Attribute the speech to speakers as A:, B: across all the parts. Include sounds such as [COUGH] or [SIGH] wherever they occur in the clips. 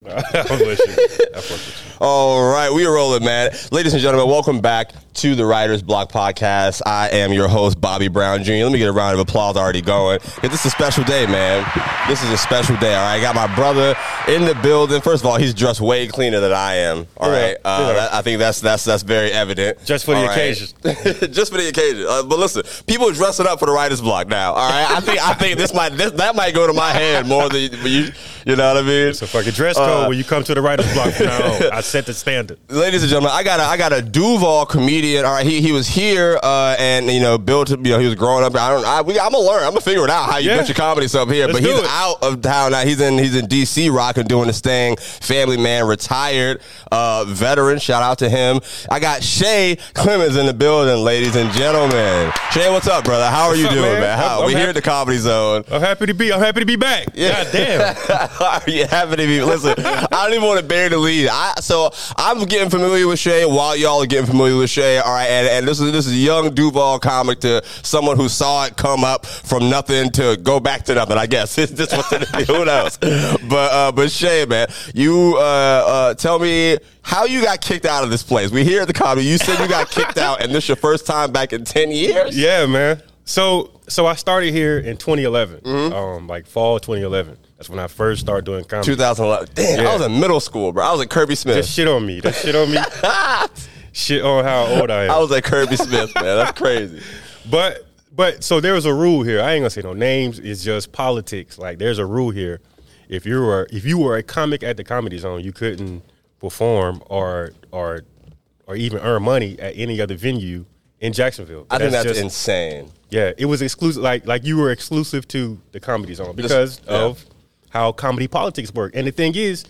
A: [LAUGHS] I wish it. I fuck with you.
B: All right, we are rolling, man. Ladies and gentlemen, welcome back to the Writers Block Podcast. I am your host, Bobby Brown Jr. Let me get a round of applause already going. 'cause This is a special day, man. This is a special day. All right, I got my brother in the building. First of all, he's dressed way cleaner than I am. All
A: Yeah,
B: right, uh,
A: yeah.
B: that- I think that's that's that's very evident.
A: Just for the
B: All right.
A: occasion.
B: [LAUGHS] just for the occasion. Uh, but listen, people are dressing up for the Writers Block now. All right, I think I think this might this, that might go to my head more than you. You know what I mean?
A: It's a fucking dress code when you come to the writer's block. No, [LAUGHS] I set the standard.
B: ladies and gentlemen, I got a, I got a Duval comedian. All right, he, he was here uh, and you know built you know he was growing up. I don't I, we, I'm gonna learn. I'm gonna figure it out how you
A: Yeah.
B: built your comedy stuff here.
A: Let's
B: but he's
A: do it.
B: out of town now. He's in he's in DC rocking doing his thing. Family man, retired uh, veteran. Shout out to him. I got Shay Clemens in the building, ladies and gentlemen. Shay, what's up, brother? How are you
A: up,
B: doing, man?
A: man?
B: How,
A: I'm-
B: we
A: I'm
B: here at the Comedy Zone.
A: I'm happy to be. I'm happy to be back.
B: Yeah.
A: God [LAUGHS] damn.
B: [LAUGHS] Are you happy to be? Listen, I don't even want to bury the lead. I, so I'm getting familiar with Shay while y'all are getting familiar with Shay. All right, and, and this is this is young Duval comic to someone who saw it come up from nothing to go back to nothing. I guess [LAUGHS] this this was who knows. But uh, but Shay, man, you uh, uh, tell me how you got kicked out of this place. We here at the comedy. You said you got kicked out, and this your first time back in ten years.
A: Yeah, man. So so I started here in 2011, um, like fall 2011. That's when I first started doing comedy.
B: 2011. Damn, I
A: Yeah.
B: was in middle school, bro. I was at Kirby
A: That
B: Smith.
A: shit on me. That shit [LAUGHS] on me. shit on how old I am.
B: I was at Kirby Smith, man. That's crazy.
A: But but so there was a rule here. I ain't gonna say no names. It's just politics. Like there's a rule here. If you were if you were a comic at the Comedy Zone, you couldn't perform or or or even earn money at any other venue in Jacksonville.
B: I think that's
A: just-
B: insane.
A: yeah. It was exclusive. Like like you were exclusive to the Comedy Zone because
B: yeah.
A: of how comedy politics work. And the thing is.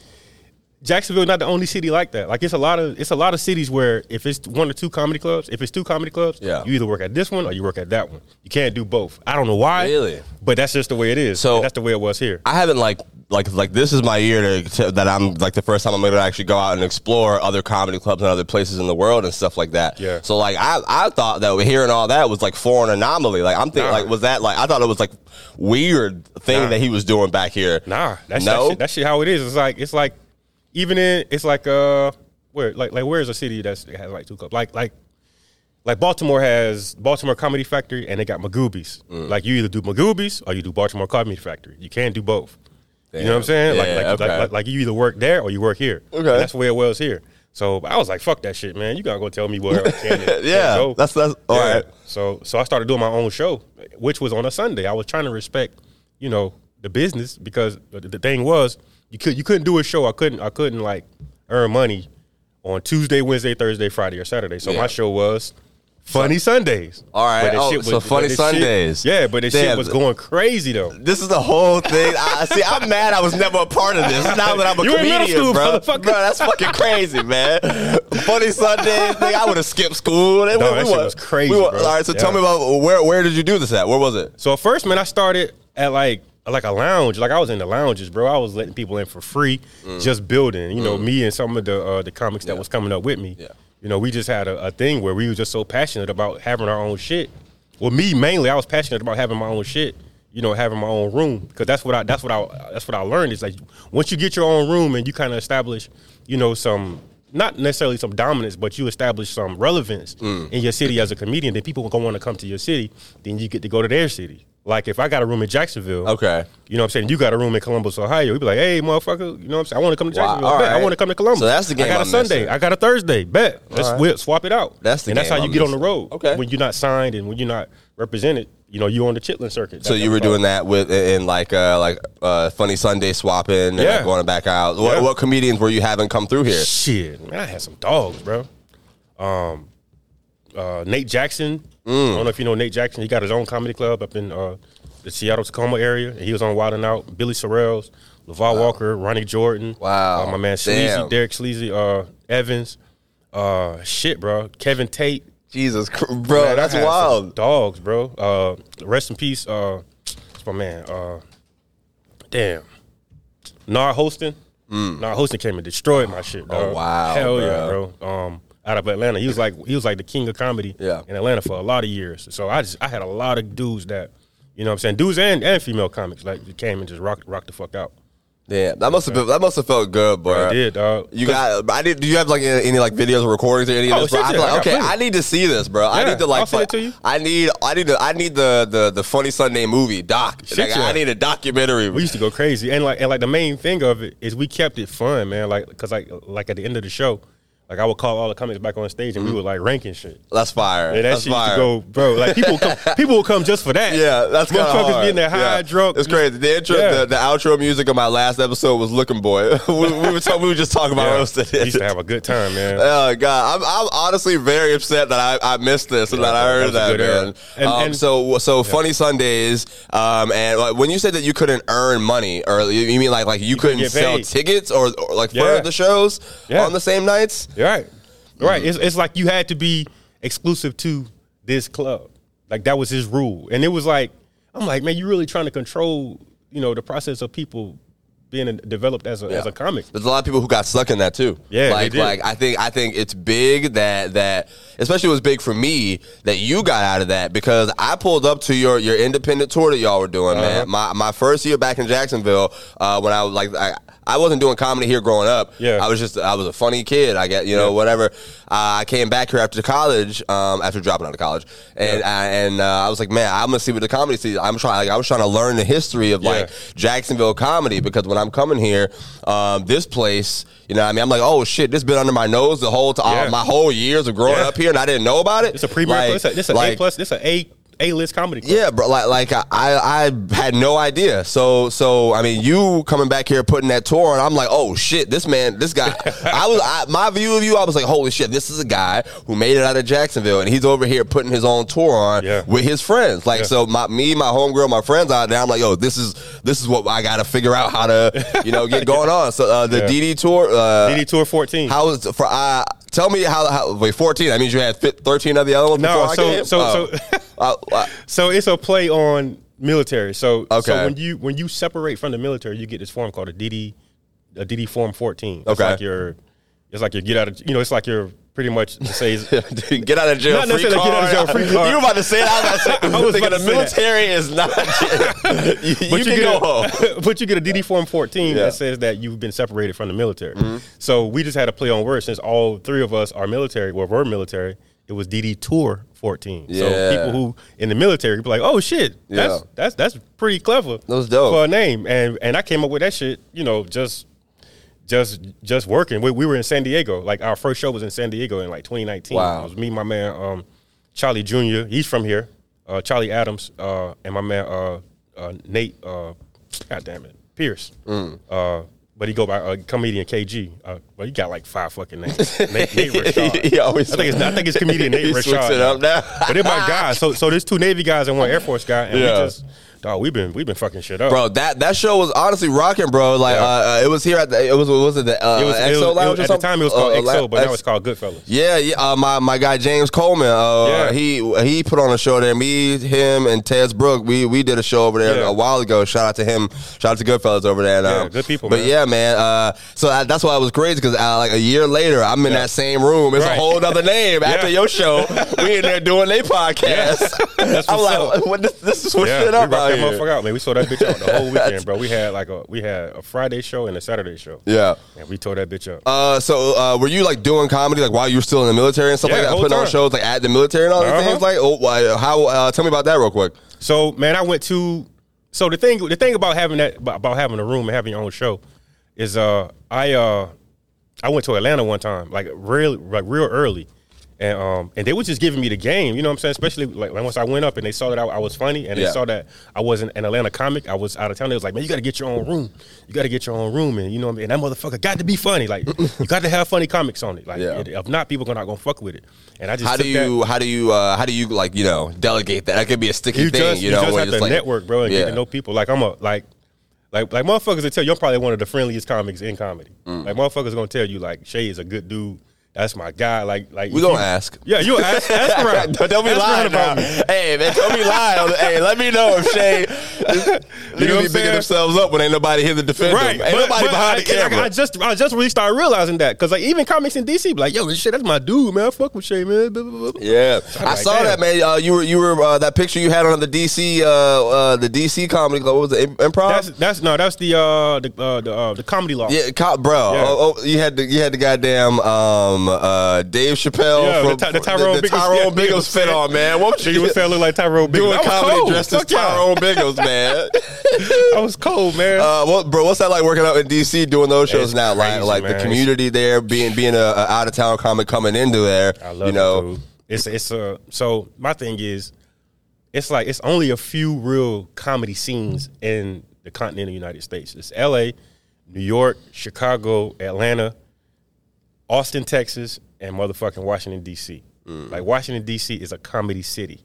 A: Jacksonville not the only city like that. Like it's a lot of it's a lot of cities where if it's one or two comedy clubs, if it's two comedy clubs,
B: Yeah.
A: you either work at this one or you work at that one. You can't do both. I don't know why.
B: Really?
A: But that's just the way it is.
B: So-
A: So that's the way it was here.
B: I haven't like like like this is my year to, to- that I'm like the first time I'm gonna actually go out and explore other comedy clubs and other places in the world and stuff like that.
A: Yeah.
B: So like I I thought that hearing all that was like foreign anomaly. Like I'm thinking
A: Nah.
B: like was that like I thought it was like weird thing
A: Nah.
B: that he was doing back here.
A: Nah, that's
B: No?
A: that shit, that shit how it is. It's like it's like even in it's like uh where like like where is a city that's that has like two clubs like like like Baltimore has Baltimore Comedy Factory and they got Magoobies.
B: Mm.
A: Like you either do Magoobies or you do Baltimore Comedy Factory. You can't do both. You know what I'm saying?
B: Yeah,
A: like, like,
B: okay.
A: like like like you either work there or you work here.
B: Okay.
A: And that's the way it was here. So I was like, fuck that shit, man. You gotta go tell me where I
B: [LAUGHS]
A: can. and can't
B: Yeah,
A: go.
B: that's- that's- all right.
A: So so I started doing my own show, which was on a Sunday. I was trying to respect, you know, the business because the, the thing was you could you couldn't do a show. I couldn't I couldn't like earn money on Tuesday, Wednesday, Thursday, Friday, or Saturday. So
B: Yeah.
A: my show was Funny Sundays.
B: All right.
A: the
B: Oh, so Funny
A: the shit-
B: Sundays.
A: yeah, but the
B: Damn.
A: shit was going crazy though.
B: This is the whole thing. I see. I'm mad. I was never a part of this. Now that I'm a
A: You were in
B: comedian,
A: middle school,
B: bro.
A: motherfucker.
B: Bro, that's fucking crazy, man. Funny Sundays. Nigga, I would have skipped school. No,
A: that shit was crazy, bro.
B: all right, so
A: Yeah.
B: tell me about where where did you do this at? Where was it?
A: So at first, man, I started at like like a lounge. Like I was in the lounges, bro. I was letting people in for free, just building. You know, me and some of the uh, the comics that was coming up with me.
B: Mm. Yeah.
A: You know, we just had a, a thing where we were just so passionate about having our own shit. Well, me mainly, I was passionate about having my own shit. You know, having my own room because that's what I that's what I that's what I learned is like once you get your own room and you kind of establish, you know, some not necessarily some dominance, but you establish some relevance in your city as a comedian, then people will want to come to your city. Then you get to go to their city. Like if I got a room in Jacksonville,
B: Okay.
A: you know what I'm saying? You got a room in Columbus, Ohio. You'd be like, hey, motherfucker, you know what I'm saying? I want to come to
B: Wow,
A: Jacksonville.
B: all
A: Bet.
B: right.
A: I want to come to Columbus.
B: So that's the game
A: I got a
B: I'm
A: Sunday.
B: missing.
A: I got a Thursday. Bet. Let's
B: right.
A: we'll swap it out.
B: That's the
A: And that's
B: game
A: how you
B: I'm
A: get on
B: missing.
A: the road.
B: Okay.
A: When you're not signed and when you're not represented, you know, you're on the chitlin circuit.
B: So you were doing that with in like uh, like uh, Funny Sunday swapping and like,
A: Yeah.
B: going back out. What,
A: Yeah.
B: what comedians were you having come through here?
A: Shit, man, I had some dogs, bro. Um, uh, Nate Jackson.
B: Mm.
A: I don't know if you know Nate Jackson. He got his own comedy club up in uh, the Seattle Tacoma area, and he was on Wild and Out. Billy Sorrells, LeVar Walker, Ronnie Jordan.
B: Wow.
A: uh, my man
B: Damn.
A: Sleazy, Derek Sleazy, uh, Evans. Uh, shit, bro. Kevin Tate.
B: Jesus, Christ, bro,
A: Man, I
B: that's
A: had some
B: wild.
A: Dogs, bro. Uh, rest in peace. Uh, it's my man. Uh, damn. Nar Hostin. Nar Hostin came and destroyed my shit, bro.
B: Mm. Oh, wow,
A: Hell yeah,
B: bro.
A: bro. Um, out of Atlanta, he was like he was like the king of comedy
B: Yeah.
A: in Atlanta for a lot of years. So I just I had a lot of dudes that you know what I'm saying dudes and and female comics like that came and just rocked rocked the fuck out.
B: Damn, that must have been, that must have felt good, bro.
A: I did, dog.
B: You got? I did. Do you have like any, any, like videos or recordings or any of
A: Oh,
B: this? Bro?
A: shit,
B: I
A: yeah,
B: feel like,
A: I got
B: okay,
A: plenty.
B: I need to see this, bro. I
A: Yeah,
B: need to like.
A: I'll send it
B: fi-
A: to you.
B: I need. I need to. I need the the the funny Sunday movie doc.
A: Shit,
B: Like,
A: yeah.
B: I need a documentary.
A: we used to go crazy, and like and like the main thing of it is we kept it fun, man. Like because like like at the end of the show, like I would call all the comics back on stage, and we would like ranking shit.
B: That's fire.
A: Yeah, that
B: Mm-hmm. That's
A: shit used
B: fire.
A: to go, bro. Like people, come,
B: [LAUGHS]
A: people will come just for that.
B: Yeah, that's kind of
A: motherfuckers
B: hard.
A: being there high
B: yeah.
A: drunk.
B: It's
A: just-
B: crazy. The intro,
A: Yeah.
B: the, the outro music of my last episode was "Looking Boy." [LAUGHS] we, we were talking, we were just talking about
A: Yeah.
B: roasted.
A: We used to have a good time, man.
B: Oh God, I'm, I'm honestly very upset that I, I missed this and that I
A: that
B: heard
A: was a
B: that,
A: good
B: man.
A: era. And-
B: um,
A: and-
B: so so funny Sundays, um, and like, when you said that you couldn't earn money, or you you mean like like you, couldn't
A: get
B: sell
A: paid.
B: tickets or, or like
A: Yeah.
B: for the shows
A: Yeah.
B: on the same nights?
A: You're right, You're right.
B: Mm-hmm.
A: It's it's like you had to be exclusive to this club. Like that was his rule, and it was like I'm like, man, you really trying to control, you know, the process of people being developed as a as a comic.
B: There's a lot of people who got stuck in that too.
A: Yeah, they
B: like
A: did.
B: like I think I think it's big that that especially it was big for me that you got out of that because I pulled up to your your independent tour that y'all were doing,
A: Uh-huh.
B: man. My my first year back in Jacksonville, uh, when I was like I, I wasn't doing comedy here growing up.
A: Yeah.
B: I was just I was a funny kid. I get you know whatever. Uh, I came back here after college, um, after dropping out of college, and I, and uh, I was like, man, I'm gonna see what the comedy scene. I'm trying like I was trying to learn the history of like
A: Yeah.
B: Jacksonville comedy because when I'm coming here, um, this place, you know, what I mean, I'm like, oh shit, this been under my nose the whole time,
A: Yeah.
B: my whole years of growing
A: Yeah.
B: up here, and I didn't know about it.
A: It's a premier.
B: Like-
A: it's a, it's a
B: like-
A: A plus. It's a A A list comedy. Club.
B: yeah, bro. Like, like I, I had no idea. So, so I mean, you coming back here putting that tour, and I'm like, oh shit, this man, this guy. I was, I, my view of you, I was like, holy shit, this is a guy who made it out of Jacksonville, and he's over here putting his own tour on
A: Yeah.
B: with his friends. Like,
A: Yeah.
B: so my, me, my homegirl, my friends out there. I'm like, yo, this is, this is what I got to figure out how to, you
A: [LAUGHS]
B: know, get going on. So uh, the
A: Yeah.
B: DD tour, uh,
A: DD Tour 14.
B: how was for? Uh, tell me how, how. Wait, 14. That means you had fit 13 of the other ones.
A: No,
B: before I
A: so-
B: came?
A: so-
B: Oh.
A: so- [LAUGHS]
B: Uh, uh,
A: so it's a play on military. So
B: Okay.
A: so when you when you separate from the military, you get this form called a DD a DD form 14. It's
B: Okay.
A: like your it's like your get out of you know it's like your pretty much it says
B: Dude, get out of jail
A: Not
B: free
A: necessarily
B: card.
A: get out of jail free card.
B: [LAUGHS] You were about to say it. I was about to say,
A: [LAUGHS] I was about
B: thinking the
A: to say that.
B: military is not. [LAUGHS] you, [LAUGHS] you can
A: get
B: go
A: a,
B: home.
A: [LAUGHS] but you get a DD form 14
B: Yeah. Mm-hmm.
A: that says that you've been separated from the military. So we just had a play on words since all three of us are military, well, we're military. It was DD Tour 14.
B: Yeah.
A: So people who in the military be like, "Oh shit, that's
B: Yeah.
A: that's that's pretty clever."
B: That was dope.
A: for a name. And and I came up with that shit, you know, just just just working. We, we were in San Diego. Like our first show was in San Diego in like 2019.
B: Wow.
A: It was me, and my man, um, Charlie Jr. He's from here. Uh, Charlie Adams uh, and my man uh, uh, Nate. Uh, God damn it, Pierce.
B: Mm.
A: Uh, but he go by uh, comedian KG. Uh, well, you got like five fucking names. Nate,
B: [LAUGHS]
A: Nate Rashad.
B: He always-
A: I think it's I think it's comedian
B: [LAUGHS] He
A: Nate Rashad.
B: switches it up now.
A: but they're my guys. So so there's two Navy guys and one Air Force guy, and
B: Yeah.
A: we just dog. We've been we've been fucking shit up.
B: Bro, that, that show was honestly rocking, bro. Like
A: Yeah.
B: uh, uh, it was here at the it was what was it the uh,
A: It was, it
B: EXO
A: was- it was-
B: Lounge or
A: at the
B: something?
A: time it was
B: Uh,
A: called
B: uh,
A: EXO, but now
B: Ex-
A: it's called Goodfellas.
B: Yeah, yeah. Uh, my my guy James Coleman. Uh,
A: Yeah.
B: he he put on a show there. Me, him, and Tez Brook. We we did a show over there
A: Yeah.
B: a while ago. Shout out to him. Shout out to Goodfellas over there. And,
A: Yeah,
B: um,
A: good people,
B: But
A: man.
B: yeah, man. Uh, so I, that's why it was crazy because uh, like a year later, I'm in that same room. It's a
A: Right.
B: whole other
A: [LAUGHS]
B: name after your show. We in there doing their podcast.
A: That's
B: [LAUGHS] I'm
A: what's
B: like,
A: up.
B: what, this, this is what
A: Yeah,
B: shit
A: we
B: up
A: rocked
B: out
A: that
B: here.
A: motherfucker out, man. We saw that bitch out the
B: [LAUGHS]
A: whole weekend, bro. We had like a we had a Friday show and a Saturday show.
B: Yeah.
A: and we tore that bitch up.
B: Uh, so uh, were you like doing comedy like while you were still in the military and stuff
A: Yeah,
B: like that,
A: whole
B: putting on
A: time.
B: shows like at the military and all these
A: Uh-huh.
B: things? Like, oh, why, how? Uh, tell me about that real quick.
A: So man, I went to. So the thing, the thing about having that, about having a room and having your own show, is uh, I uh, I went to Atlanta one time, like real, like real early, and um, and they were just giving me the game. You know what I'm saying? Especially like once I went up and they saw that I, I was funny, and
B: Yeah.
A: they saw that I wasn't an Atlanta comic. I was out of town. They was like, man, you got to get your own room. You got to get your own room, and you know what I mean. And that motherfucker got to be funny.
B: [LAUGHS]
A: Like you got to have funny comics on it. Like
B: Yeah.
A: it- if not, people gonna not gonna fuck with it. And I just
B: how
A: took
B: do
A: that-
B: you how do you uh, how do you like you know delegate that? That could be a sticky
A: you
B: thing,
A: just,
B: you know.
A: just
B: when
A: have
B: it's
A: to
B: like-
A: network, bro, and
B: yeah.
A: get to know people. Like I'm a like, like like motherfuckers will tell you, I'm probably one of the friendliest comics in comedy.
B: Mm.
A: Like motherfuckers gonna tell you, like Shay is a good dude. That's my guy. Like like
B: We
A: if
B: gonna
A: you-
B: ask.
A: Yeah, you ask, ask around.
B: [LAUGHS] [LAUGHS] Don't be
A: Ask around
B: lying about
A: about
B: me.
A: me. [LAUGHS]
B: Hey man, don't be lying. hey, let me know if Shay You know
A: what
B: be
A: I'm
B: bigging
A: saying?
B: themselves up when ain't nobody here to defend
A: Right,
B: them. Ain't
A: but-
B: nobody
A: but
B: behind
A: I,
B: the camera.
A: I, I just, I just really started realizing that because like even comics in DC, be like, yo, this shit, that's my dude, man. I fuck with Shay, man. Blah, blah, blah, blah.
B: Yeah,
A: I'm
B: I
A: like,
B: saw
A: damn.
B: that man. Uh, you were you were uh, that picture you had on the DC uh, uh, the DC comedy club. What was it? Improv.
A: That's that's no, that's the uh the uh, the, uh, the comedy law.
B: yeah, cop, bro.
A: Yeah.
B: Oh, oh, you had the you had the goddamn um, uh, Dave Chappelle
A: Yeah, the
B: from
A: Ty- the Tyrone
B: the, the
A: Biggles-
B: Tyrone
A: yeah,
B: Biggles fit
A: yeah.
B: on man. What
A: Nigga was saying look like Tyrone Biggles.
B: [LAUGHS] doing
A: I was
B: comedy
A: cold.
B: dressed as
A: Fuck yeah.
B: Tyrone Biggles, man?
A: I was cold, man.
B: Uh, well, bro, what's that like working out in DC doing those shows
A: It's
B: now?
A: crazy,
B: like, like
A: man.
B: the
A: It's-
B: community there, being being a, a out of town comic coming into there.
A: I love
B: you know.
A: it, dude. It's it's uh so my thing is it's like it's only a few real comedy scenes in the continental United States. It's LA, New York, Chicago, Atlanta, Austin, Texas, and motherfucking Washington DC.
B: Mm.
A: Like Washington DC is a comedy city.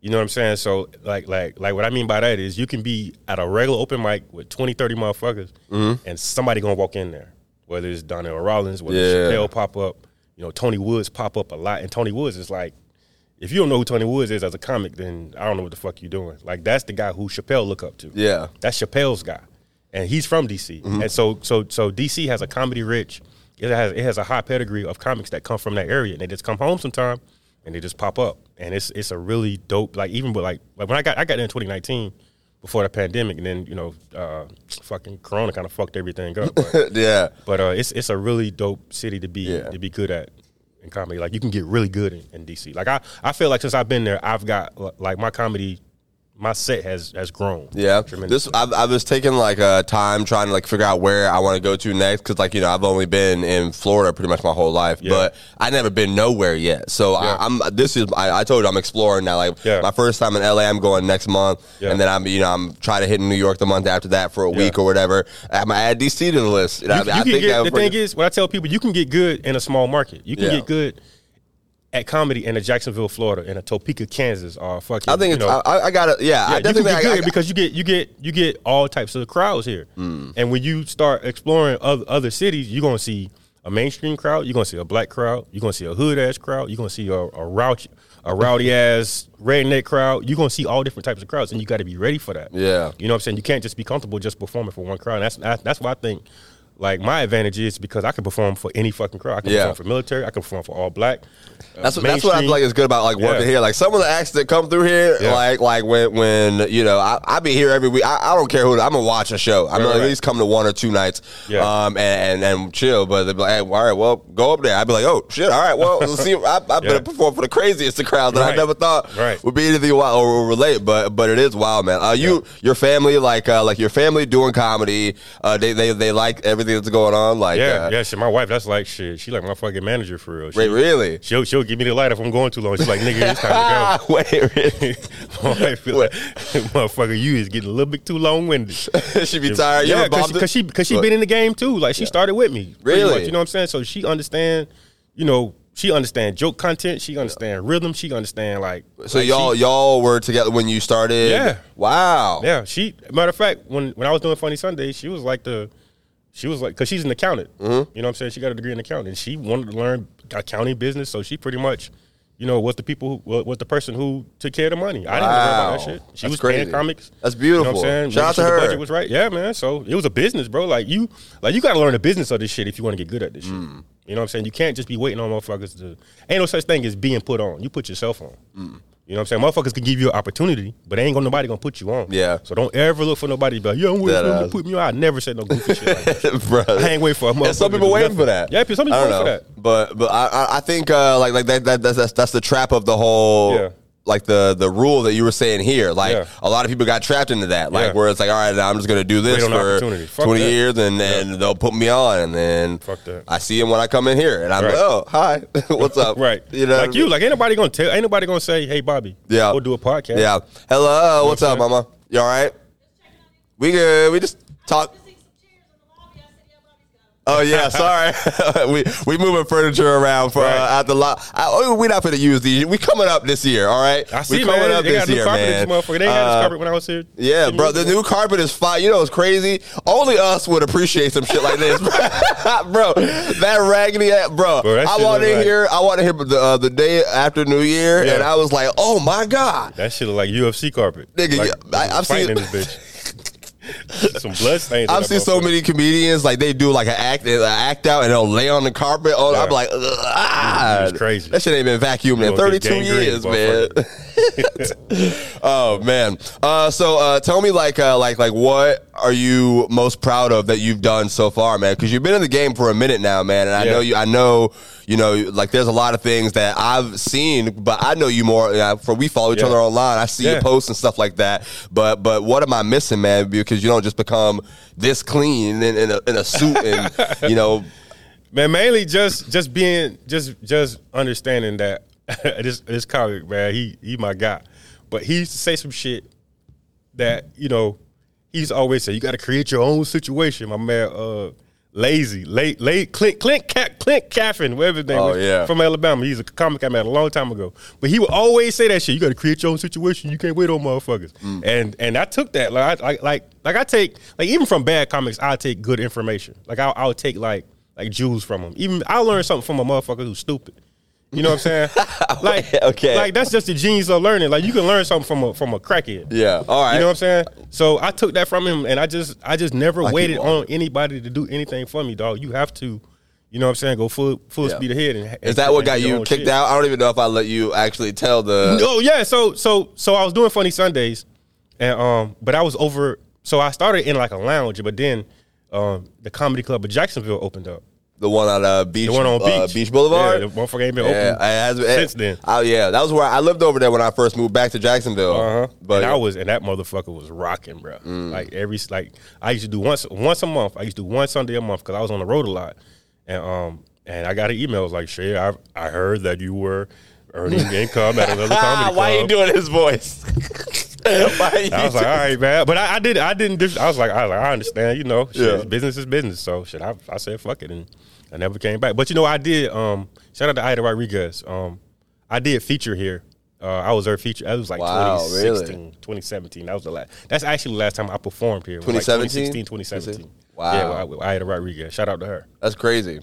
A: You know what I'm saying? So like like like what I mean by that is you can be at a regular open mic with 20, 30 motherfuckers
B: Mm-hmm.
A: and somebody gonna walk in there. Whether it's Donnell Rollins, whether it's
B: Yeah.
A: Chappelle pop up, you know, Tony Woods pop up a lot. And Tony Woods is like, if you don't know who Tony Woods is as a comic, then I don't know what the fuck you doing. Like that's the guy who Chappelle look up to.
B: Yeah.
A: That's Chappelle's guy. And he's from DC. And so so so DC has a comedy rich. It has it has a high pedigree of comics that come from that area. And they just come home sometime and they just pop up. And it's it's a really dope like even with like like when I got I got in twenty nineteen before the pandemic and then, you know, uh, fucking corona kinda fucked everything up. But,
B: [LAUGHS] yeah.
A: but uh, it's it's a really dope city to be
B: Yeah.
A: to be good at in comedy. Like you can get really good in, in DC. Like I, I feel like since I've been there, I've got li- like my comedy, my set has has grown.
B: Yeah,
A: tremendous.
B: this I, I was taking like uh, time trying to like figure out where I want to go to next because like you know I've only been in Florida pretty much my whole life, but I never been nowhere yet. So I, I'm this is I, I told you I'm exploring now. Like
A: Yeah.
B: my first time in LA, I'm going next month,
A: Yeah.
B: and then I'm you know I'm trying to hit New York the month after that for a week or whatever. I'm gonna add DC to the list. And
A: You-
B: I, I
A: you can
B: think
A: get-
B: that
A: the
B: would bring-
A: thing is, what I tell people, you can get good in a small market. You can
B: Yeah.
A: get good at comedy in a Jacksonville, Florida, in a Topeka, Kansas, or fucking.
B: I think
A: you
B: it's,
A: know,
B: I, I gotta
A: Yeah,
B: yeah, I
A: you can
B: definitely
A: get
B: I- I-
A: good because you get you get you get all types of crowds here.
B: Mm.
A: And when you start exploring other, other cities, you're gonna see a mainstream crowd, you're gonna see a black crowd, you're gonna see a hood ass crowd, you're gonna see a, a rowdy a rowdy ass redneck crowd. You're gonna see all different types of crowds, and you got to be ready for that.
B: Yeah.
A: you know what I'm saying. You can't just be comfortable just performing for one crowd. And that's that's- that's why I think. Like my advantage is because I can perform for any fucking crowd. I can
B: Yeah.
A: perform for military. I can perform for all black. uh,
B: That's what, that's what I feel
A: mainstream.
B: like is good about like working
A: Yeah.
B: here. Like some of the acts that come through here,
A: Yeah.
B: like like when when you know I, I be here every week. I, I don't care who I'm gonna watch a show. I'm
A: Right,
B: gonna at
A: right.
B: least come to one or two nights,
A: Yeah.
B: um, and, and and chill. But they be like, hey, well, all right, well, go up there. I'd be like, oh shit, all right, well, let's see. I, I've been
A: Yeah.
B: a perform for the craziest of crowds that I
A: Right.
B: never thought
A: Right.
B: would be anything wild or relate. But but it is wild, man. Uh, you your family like uh, like your family doing comedy. Uh, they they they like everything that's going on. Like
A: Yeah,
B: uh,
A: yeah. Shit, my wife. That's like shit. She like my fucking manager for real. She,
B: wait, really.
A: She'll she'll give me the light if I'm going too long. She's like, nigga, it's time to
B: Ah, [LAUGHS] wait, really?
A: go. [LAUGHS] My
B: [LAUGHS]
A: wife be like, motherfucker, you is getting a little bit too long winded.
B: she be tired. You
A: Yeah,
B: ever bombed it?
A: because she because she
B: Look.
A: been in the game too. Like she started with me. pretty
B: Really?
A: much, you know what I'm saying? So she understand. You know, she understand joke content. She understand rhythm. She understand like.
B: So
A: like,
B: y'all
A: she-
B: y'all were together when you started.
A: Yeah.
B: Wow. [LAUGHS]
A: yeah. She matter of fact, when when I was doing Funny Sunday, she was like the. She was like, because she's an accountant.
B: Mm-hmm.
A: You know what I'm saying? She got a degree in accounting. and She wanted to learn accounting business, so she pretty much, you know, was the people who was the person who took care of the money. I didn't know about that
B: Wow.
A: shit. She
B: That's
A: was
B: crazy.
A: paying comics.
B: That's
A: You know
B: beautiful.
A: what I'm saying?
B: Shout out
A: Making
B: to
A: sure the
B: her.
A: budget was right. Yeah, man. So it was a business, bro. Like you, like you got to learn the business of this shit if you want to get good at this
B: Mm.
A: shit. You know what I'm saying? You can't just be waiting on motherfuckers to. Ain't no such thing as being put on. You put yourself on.
B: Mm.
A: You know what I'm saying? Motherfuckers can give you an opportunity, but ain't gonna nobody gonna put you on.
B: Yeah.
A: So don't ever look for nobody to be like, yo, I'm waiting
B: That
A: for them
B: ass.
A: to put me on. I never said no goofy shit
B: [LAUGHS]
A: like that.
B: Bro.
A: I ain't wait for a motherfucker.
B: And some
A: to
B: people
A: do
B: waiting
A: nothing.
B: for that.
A: Yeah, some people
B: I don't
A: waiting for
B: know.
A: that.
B: But but I- I I think uh, like like that, that that's, that's that's the trap of the whole.
A: Yeah.
B: Like the the rule that you were saying here, like
A: Yeah.
B: a lot of people got trapped into that, like
A: Yeah.
B: where it's like, all right, now I'm just gonna do this
A: Wait on
B: for
A: opportunity. Fuck
B: 20
A: that.
B: years, and then they'll put me on, and then
A: Fuck that.
B: I see them when I come in here, and I'm
A: Right.
B: like, oh hi, [LAUGHS] what's up,
A: Right.
B: You know, what I
A: like you,
B: mean?
A: like ain't nobody gonna tell ain't nobody gonna say, Hey Bobby,
B: Yeah.
A: go do a podcast.
B: yeah, hello, what's up,
A: I'm saying?
B: mama? You all right? We good? We just talk.
C: Just need some chairs in the lobby. I said, yeah, Bobby's got 'em.
A: [LAUGHS]
B: Oh yeah, sorry. [LAUGHS] we we moving furniture around for
A: Right.
B: uh, at the lot. I, oh, we not finna use these. We coming up this year, all right.
A: I
B: we
A: see,
B: coming
A: man.
B: up
A: they
B: this
A: got new
B: year,
A: carpet
B: man.
A: in this motherfucker. They had
B: Uh,
A: this carpet when I was here.
B: Yeah, bro, the new carpet is fire. You know what's crazy? Only us would appreciate some shit like this, [LAUGHS] bro. Bro, That raggedy, ass, bro.
A: Bro, that
B: I
A: shit
B: walked
A: look
B: in
A: like-
B: here. I walked in here the uh, the day after New Year,
A: Yeah.
B: and I was like, oh my god,
A: That shit look like UFC carpet.
B: Nigga,
A: Like,
B: yeah, I- I've
A: fighting
B: seen-
A: in this bitch. [LAUGHS] Some blood stains. on
B: I've
A: that
B: seen so
A: motherfucker.
B: many comedians like they do like an act, an act out, and they'll lay on the carpet. Oh,
A: Yeah.
B: I'm like, ugh, ah.
A: it's crazy.
B: That shit ain't been vacuumed in
A: You gonna get
B: 32
A: gangrene,
B: years, man. [LAUGHS] oh man. Uh, so uh, tell me, like, uh, like, like, what are you most proud of that you've done so far, man? Because you've been in the game for a minute now, man, and I
A: Yeah.
B: know you. I know you know, like, there's a lot of things that I've seen, but I know you more. Uh, for we follow each
A: Yeah.
B: other online. I see your
A: Yeah.
B: posts and stuff like that. But but what am I missing, man? Because you don't just become this clean in, in, a, in a suit
A: [LAUGHS]
B: and you know.
A: Man, mainly just just being just just understanding that [LAUGHS] this this colleague, man, he he my guy. But he used to say some shit that, you know, he's always say, you gotta create your own situation, my man uh Lazy, late, late, Clint, Clint, Ca- Clint Caffin, whatever his name
B: Oh,
A: was,
B: yeah.
A: from Alabama. He's a comic I met a long time ago, but he would always say that shit. You got to create your own situation. You can't wait on motherfuckers.
B: Mm.
A: And and I took that like I, I like like I take like even from bad comics, I take good information. Like I'll, I'll take like like jewels from them. Even I learned something from a motherfucker who's stupid. You know what
B: [LAUGHS]
A: I'm saying? Like
B: Okay.
A: like that's just the genius of learning. Like you can learn something from a from a crackhead.
B: Yeah. All right.
A: You know what I'm saying? So I took that from him, and I just I just never
B: keep
A: waited
B: on.
A: on anybody to do anything for me, dog. You have to, you know what I'm saying? Go full full
B: Yeah.
A: speed ahead. And, and
B: Is that what
A: and
B: got
A: do your
B: you
A: own
B: kicked
A: oh, shit.
B: out? I don't even know if I let you actually tell the.
A: Oh yeah, so so so I was doing Funny Sundays, and um, but I was over. So I started in like a lounge, but then um, the comedy club of Jacksonville opened up.
B: The one on uh, Beach,
A: The one on
B: uh,
A: Beach
B: Beach Boulevard.
A: Yeah, the motherfucker ain't been
B: Yeah,
A: open
B: it has been-
A: since then.
B: Oh yeah, that was where I lived over there when I first moved back to Jacksonville.
A: Uh-huh.
B: But Mm.
A: and I was and that motherfucker was rocking, bro. Like every like I used to do once once a month. I used to do one Sunday a month because I was on the road a lot, and um and I got an email it was like Shay, I I heard that you were
B: [LAUGHS]
A: earning income at another comedy
B: Ah, why
A: club.
B: you doing his voice? [LAUGHS] Why you
A: I was like, all right, man, but I, I did. I didn't. Dis- I was like, I, was like, I understand. You know, shit,
B: Yeah.
A: it's business is business. So shit, I, I said fuck it, and I never came back. But you know, I did. Um, shout out to Ida Rodriguez. Um, I did feature here. Uh, I was her feature. That was like
B: Wow,
A: 2016,
B: really?
A: 2017. That was the last. That's actually the last time I performed here. It was like
B: 2017?
A: 2016, 2017.
B: Wow.
A: Yeah, with Ida Rodriguez. Shout out to her.
B: That's crazy.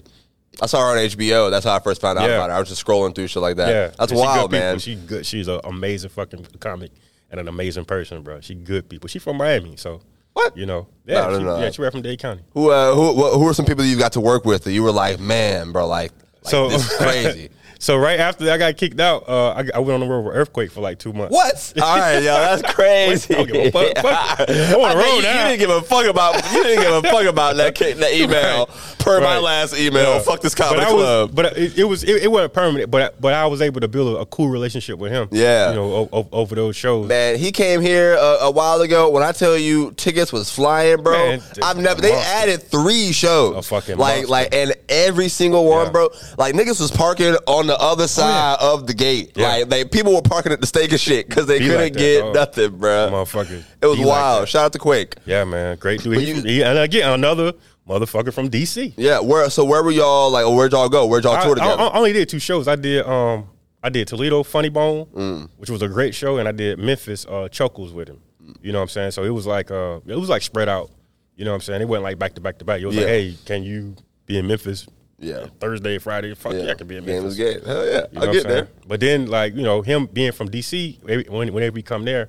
B: I saw her on HBO. That's how I first found out
A: Yeah.
B: about her. I was just scrolling through shit like that.
A: Yeah, And
B: That's
A: she
B: wild,
A: good people.
B: man.
A: She good. She's an amazing fucking comic and an amazing person, bro. She good people. She from Miami, so
B: What?
A: you know? Yeah,
B: No, no,
A: she,
B: no.
A: yeah, she right from Dade County.
B: who, uh, who, wh- who are some people that you got to work with that you were like, man, bro, like, like this is
A: [LAUGHS]
B: crazy.
A: so right after I got kicked out, uh, I, I went on the road with Earthquake for like two months.
B: What?
A: [LAUGHS]
B: All right, yo, that's [LAUGHS] crazy.
A: I don't give a fuck. Fuck it. I'm on
B: I
A: the
B: think
A: road
B: you, you
A: now.
B: didn't give a fuck about you didn't give a fuck about that, ki-
A: [LAUGHS]
B: that email per my
A: Right.
B: last email.
A: Yeah.
B: Fuck this
A: But
B: comedy
A: I was-
B: club.
A: But it, it was it, it wasn't permanent. But but I was able to build a, a cool relationship with him.
B: Yeah.
A: you know, o- o- over those shows.
B: Man, he came here a, a while ago. When I tell you tickets was flying, bro,
A: Man, it's
B: I've
A: a
B: never. They
A: monster.
B: added three shows,
A: A fucking
B: like
A: monster.
B: like, and every single one,
A: Yeah. Oh,
B: bro. Like niggas was parking on the other side of the gate.
A: Yeah.
B: Like they people were parking at the stake and shit because they
A: Be
B: couldn't
A: like that,
B: get
A: dog.
B: nothing, bro.
A: Motherfuckers
B: It was
A: be like
B: wild.
A: that.
B: Shout out to Quake.
A: Yeah, man, great dude. He
B: you-
A: from- he- and again, another motherfucker from DC.
B: Yeah, where so where were y'all? Like, where'd y'all go? Where'd y'all
A: I,
B: tour
A: I-
B: together?
A: I only did two shows. I did um I did Toledo Funny Bone,
B: Mm.
A: which was a great show, and I did Memphis uh Chuckles with him. You know what I'm saying? So it was like uh it was like spread out. You know what I'm saying? It wasn't like back to back to back. It was
B: Yeah.
A: like, hey, can you be in Memphis?
B: Yeah.
A: Thursday, Friday, fuck yeah, I can be in
B: Game
A: Memphis.
B: was game. Hell yeah,
A: You know
B: I
A: what I'm
B: get there.
A: saying? But then, like you know, him being from DC, every- when whenever we come there,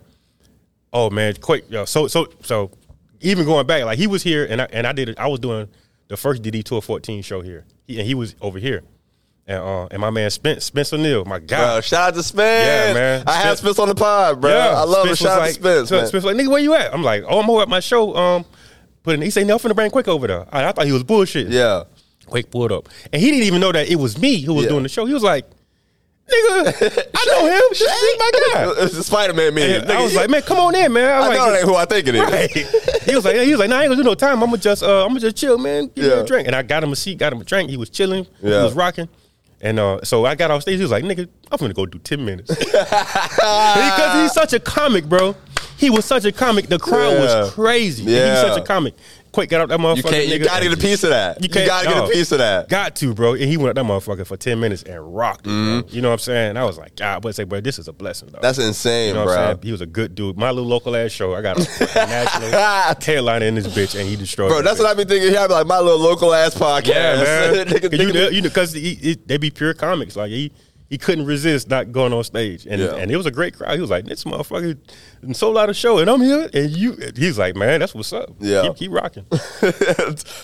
A: oh man, quick, yo, so so so, even going back, like he was here, and I and I did, I was doing the first DD Tour 14 show here, he, and he was over here, and uh, and my man Spence Spence O'Neill, my
B: Bro,
A: guy,
B: shout out to Spence.
A: Yeah, man.
B: I had
A: Spence-
B: Spence on the pod, bro. I love it.
A: Spence was
B: Shout out
A: like,
B: to Spence. man.
A: Spence was like, nigga, where you at? I'm like, oh, I'm over at my show. Um, putting he say no, finna bring quick over there. I, I thought he was bullshitting.
B: Yeah.
A: Quake pulled up, and he didn't even know that it was me who was
B: Yeah.
A: doing the show. He was like,
B: [LAUGHS]
A: "Nigga, I know him. This is my guy."
B: It's the Spider Man meme.
A: And
B: Nigga,
A: I was
B: you-
A: like, "Man, come on in, man." I
B: I
A: was
B: know that
A: like,
B: ain't who I think it
A: [LAUGHS]
B: is.
A: Right. He was like, "He was like, nah, I ain't gonna do no time. I'm gonna just, uh, I'm gonna just chill, man. Give me
B: Yeah.
A: a drink." And I got him a seat, got him a drink. He was chilling.
B: Yeah.
A: He was rocking. And uh, so I got off stage. He was like, "Nigga, I'm gonna go do ten minutes." [LAUGHS] because he's such a comic, bro. He was such a comic. The crowd
B: Yeah.
A: was crazy.
B: Yeah.
A: He's such a comic. Quake got out that motherfucker.
B: You can't. You
A: nigga.
B: gotta get a piece of that. You,
A: can't-
B: gotta
A: no.
B: get a piece of that.
A: Got to, bro. And he went up that motherfucker for 10 minutes and rocked it, bro.
B: Mm-hmm.
A: You know what I'm saying? I was like, God, but say, bro, this is a blessing, though.
B: That's insane,
A: you know what I'm
B: bro.
A: saying? He was a good dude. My little local ass show, I got a
B: [LAUGHS]
A: fucking national headline in this bitch, and he destroyed
B: Bro,
A: this
B: that's
A: bitch.
B: what I be thinking. Yeah, I be like my little local ass podcast. [LAUGHS]
A: Yeah, man.
B: Nigga,
A: Cause you,
B: nigga
A: know,
B: be-
A: you know, because they be pure comics. Like he, he couldn't resist not going on stage, and
B: Yeah.
A: and it was a great crowd. He was like, "This motherfucker sold out a show, and I'm here." And you, he's like, "Man, that's what's up.
B: Yeah.
A: keep, keep rocking."
B: [LAUGHS]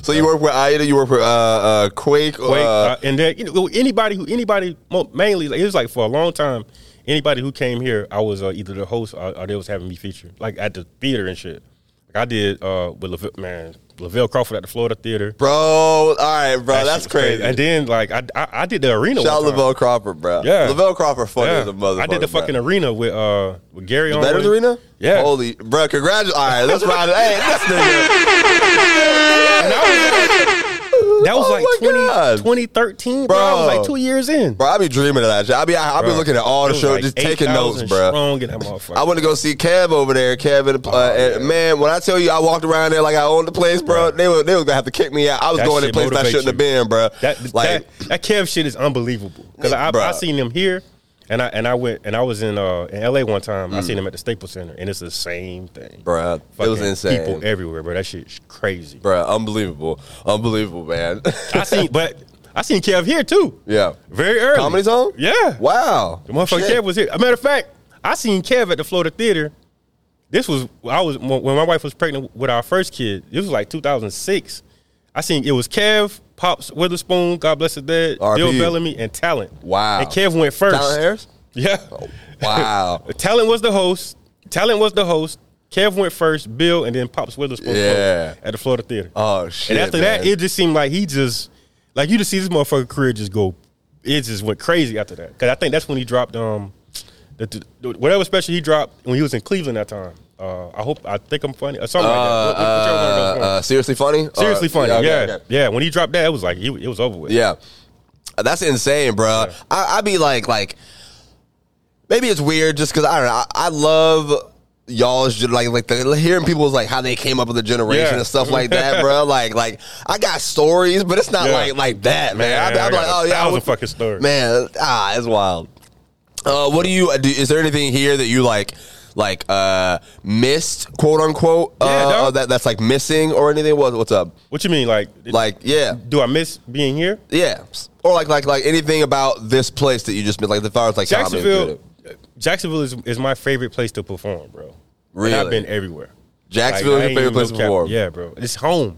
B: so you work with Aida, you work with uh, uh, Quake.
A: Wait,
B: uh,
A: uh, and then you know anybody who anybody mo- mainly like, it was like for a long time. Anybody who came here, I was uh, either the host or, or they was having me featured, like at the theater and shit. Like I did uh, with Lavelle, man Lavelle Crawford at the Florida Theater.
B: bro, all right, bro,
A: That shit
B: Oh, that's
A: was
B: crazy.
A: And then like I I, I did the arena.
B: Shout out
A: one time.
B: Lavelle Crawford, bro.
A: Yeah.
B: Lavelle Crawford, funny
A: Yeah.
B: as a motherfucker.
A: I did the
B: bro.
A: fucking arena with uh with Gary on
B: Veterans
A: one.
B: Arena.
A: Yeah.
B: holy, bro. Congratulations. All right, let's ride it. Hey,
A: [LAUGHS]
B: this nigga.
A: And that was, that was
B: Oh
A: like
B: my
A: 20,
B: God.
A: 2013, bro. I was
B: Bro.
A: like two years in.
B: Bro, I be dreaming of that. shit. I be, I, I be
A: Bro,
B: looking at all
A: it
B: the
A: was
B: shows,
A: like
B: just taking
A: 8,000
B: notes, bro.
A: Strong in that motherfucker.
B: I went to go see Kev over there. Kev and, uh,
A: Oh,
B: and man, when I tell you I walked around there like I owned the place, bro, they were they were gonna have to kick me out. I was
A: That
B: going in
A: shit
B: places I
A: motivates
B: shouldn't have been, bro.
A: That
B: like
A: that, that Kev shit is unbelievable. Because I, I
B: Bruh.
A: seen him here, and I and I went and I was in uh in L.A. one time. I seen him at the Staples Center, and it's the same thing,
B: Mm. Bruh, it was
A: Fucking
B: insane.
A: People everywhere, bro. That shit's crazy.
B: bro, unbelievable, unbelievable, man. [LAUGHS]
A: I seen, but I seen Kev here too.
B: yeah,
A: Very early.
B: comedy zone.
A: Yeah.
B: wow,
A: The motherfucker
B: Shit.
A: Kev was here. A matter of fact, I seen Kev at the Florida Theater. This was I was when when my wife was pregnant with our first kid. This was like 2006. I seen it was Kev, Pops Witherspoon, God bless his dead,
B: R.I.P.
A: Bill Bellamy, and Talent.
B: Wow.
A: And Kev went first.
B: Tyler Harris. Oh.
A: Yeah. [LAUGHS]
B: Wow.
A: Talent was the host. Talent was the host. Kev went first, Bill, and then Pops Witherspoon
B: Yeah.
A: at the Florida Theater.
B: Oh shit.
A: And after that,
B: man.
A: it just seemed like he just like you just see this motherfucker career just go. It just went crazy after that because I think that's when he dropped um the, the- whatever special he dropped when he was in Cleveland that time. Uh, I hope I think I'm funny or something
B: Uh,
A: like that. What- whichever one of those
B: uh,
A: ones.
B: uh, seriously funny.
A: Seriously
B: Uh,
A: funny,
B: okay,
A: yeah,
B: okay.
A: yeah. When he dropped that, it was like it, it was over with.
B: Yeah. That's insane, bro. I, I be like, like, maybe it's weird just because I don't know. I, I love y'all's gen- like, like the, hearing people's like how they came up with the generation
A: Yeah.
B: and stuff
A: [LAUGHS]
B: like that, bro. Like, like I got stories, but it's not
A: Yeah.
B: like like that, man. I, be- I be like, oh yeah, I
A: that was a
B: would-
A: fucking story.
B: man. Ah, it's wild. Uh, what do you? Do, is there anything here that you like? Like uh missed, quote unquote,
A: Yeah,
B: uh,
A: dog.
B: that that's like missing or anything. What, what's up?
A: What you mean, like,
B: Like, yeah,
A: do I miss being here?
B: yeah, or like like like anything about this place that you just been like the far as like comedy and
A: Jacksonville,
B: theater.
A: Jacksonville is is my favorite place to perform, bro.
B: Really?
A: and I've been everywhere.
B: Jacksonville
A: Like,
B: is
A: I
B: your favorite
A: ain't no
B: place to
A: cap-
B: perform.
A: Yeah, bro. It's home.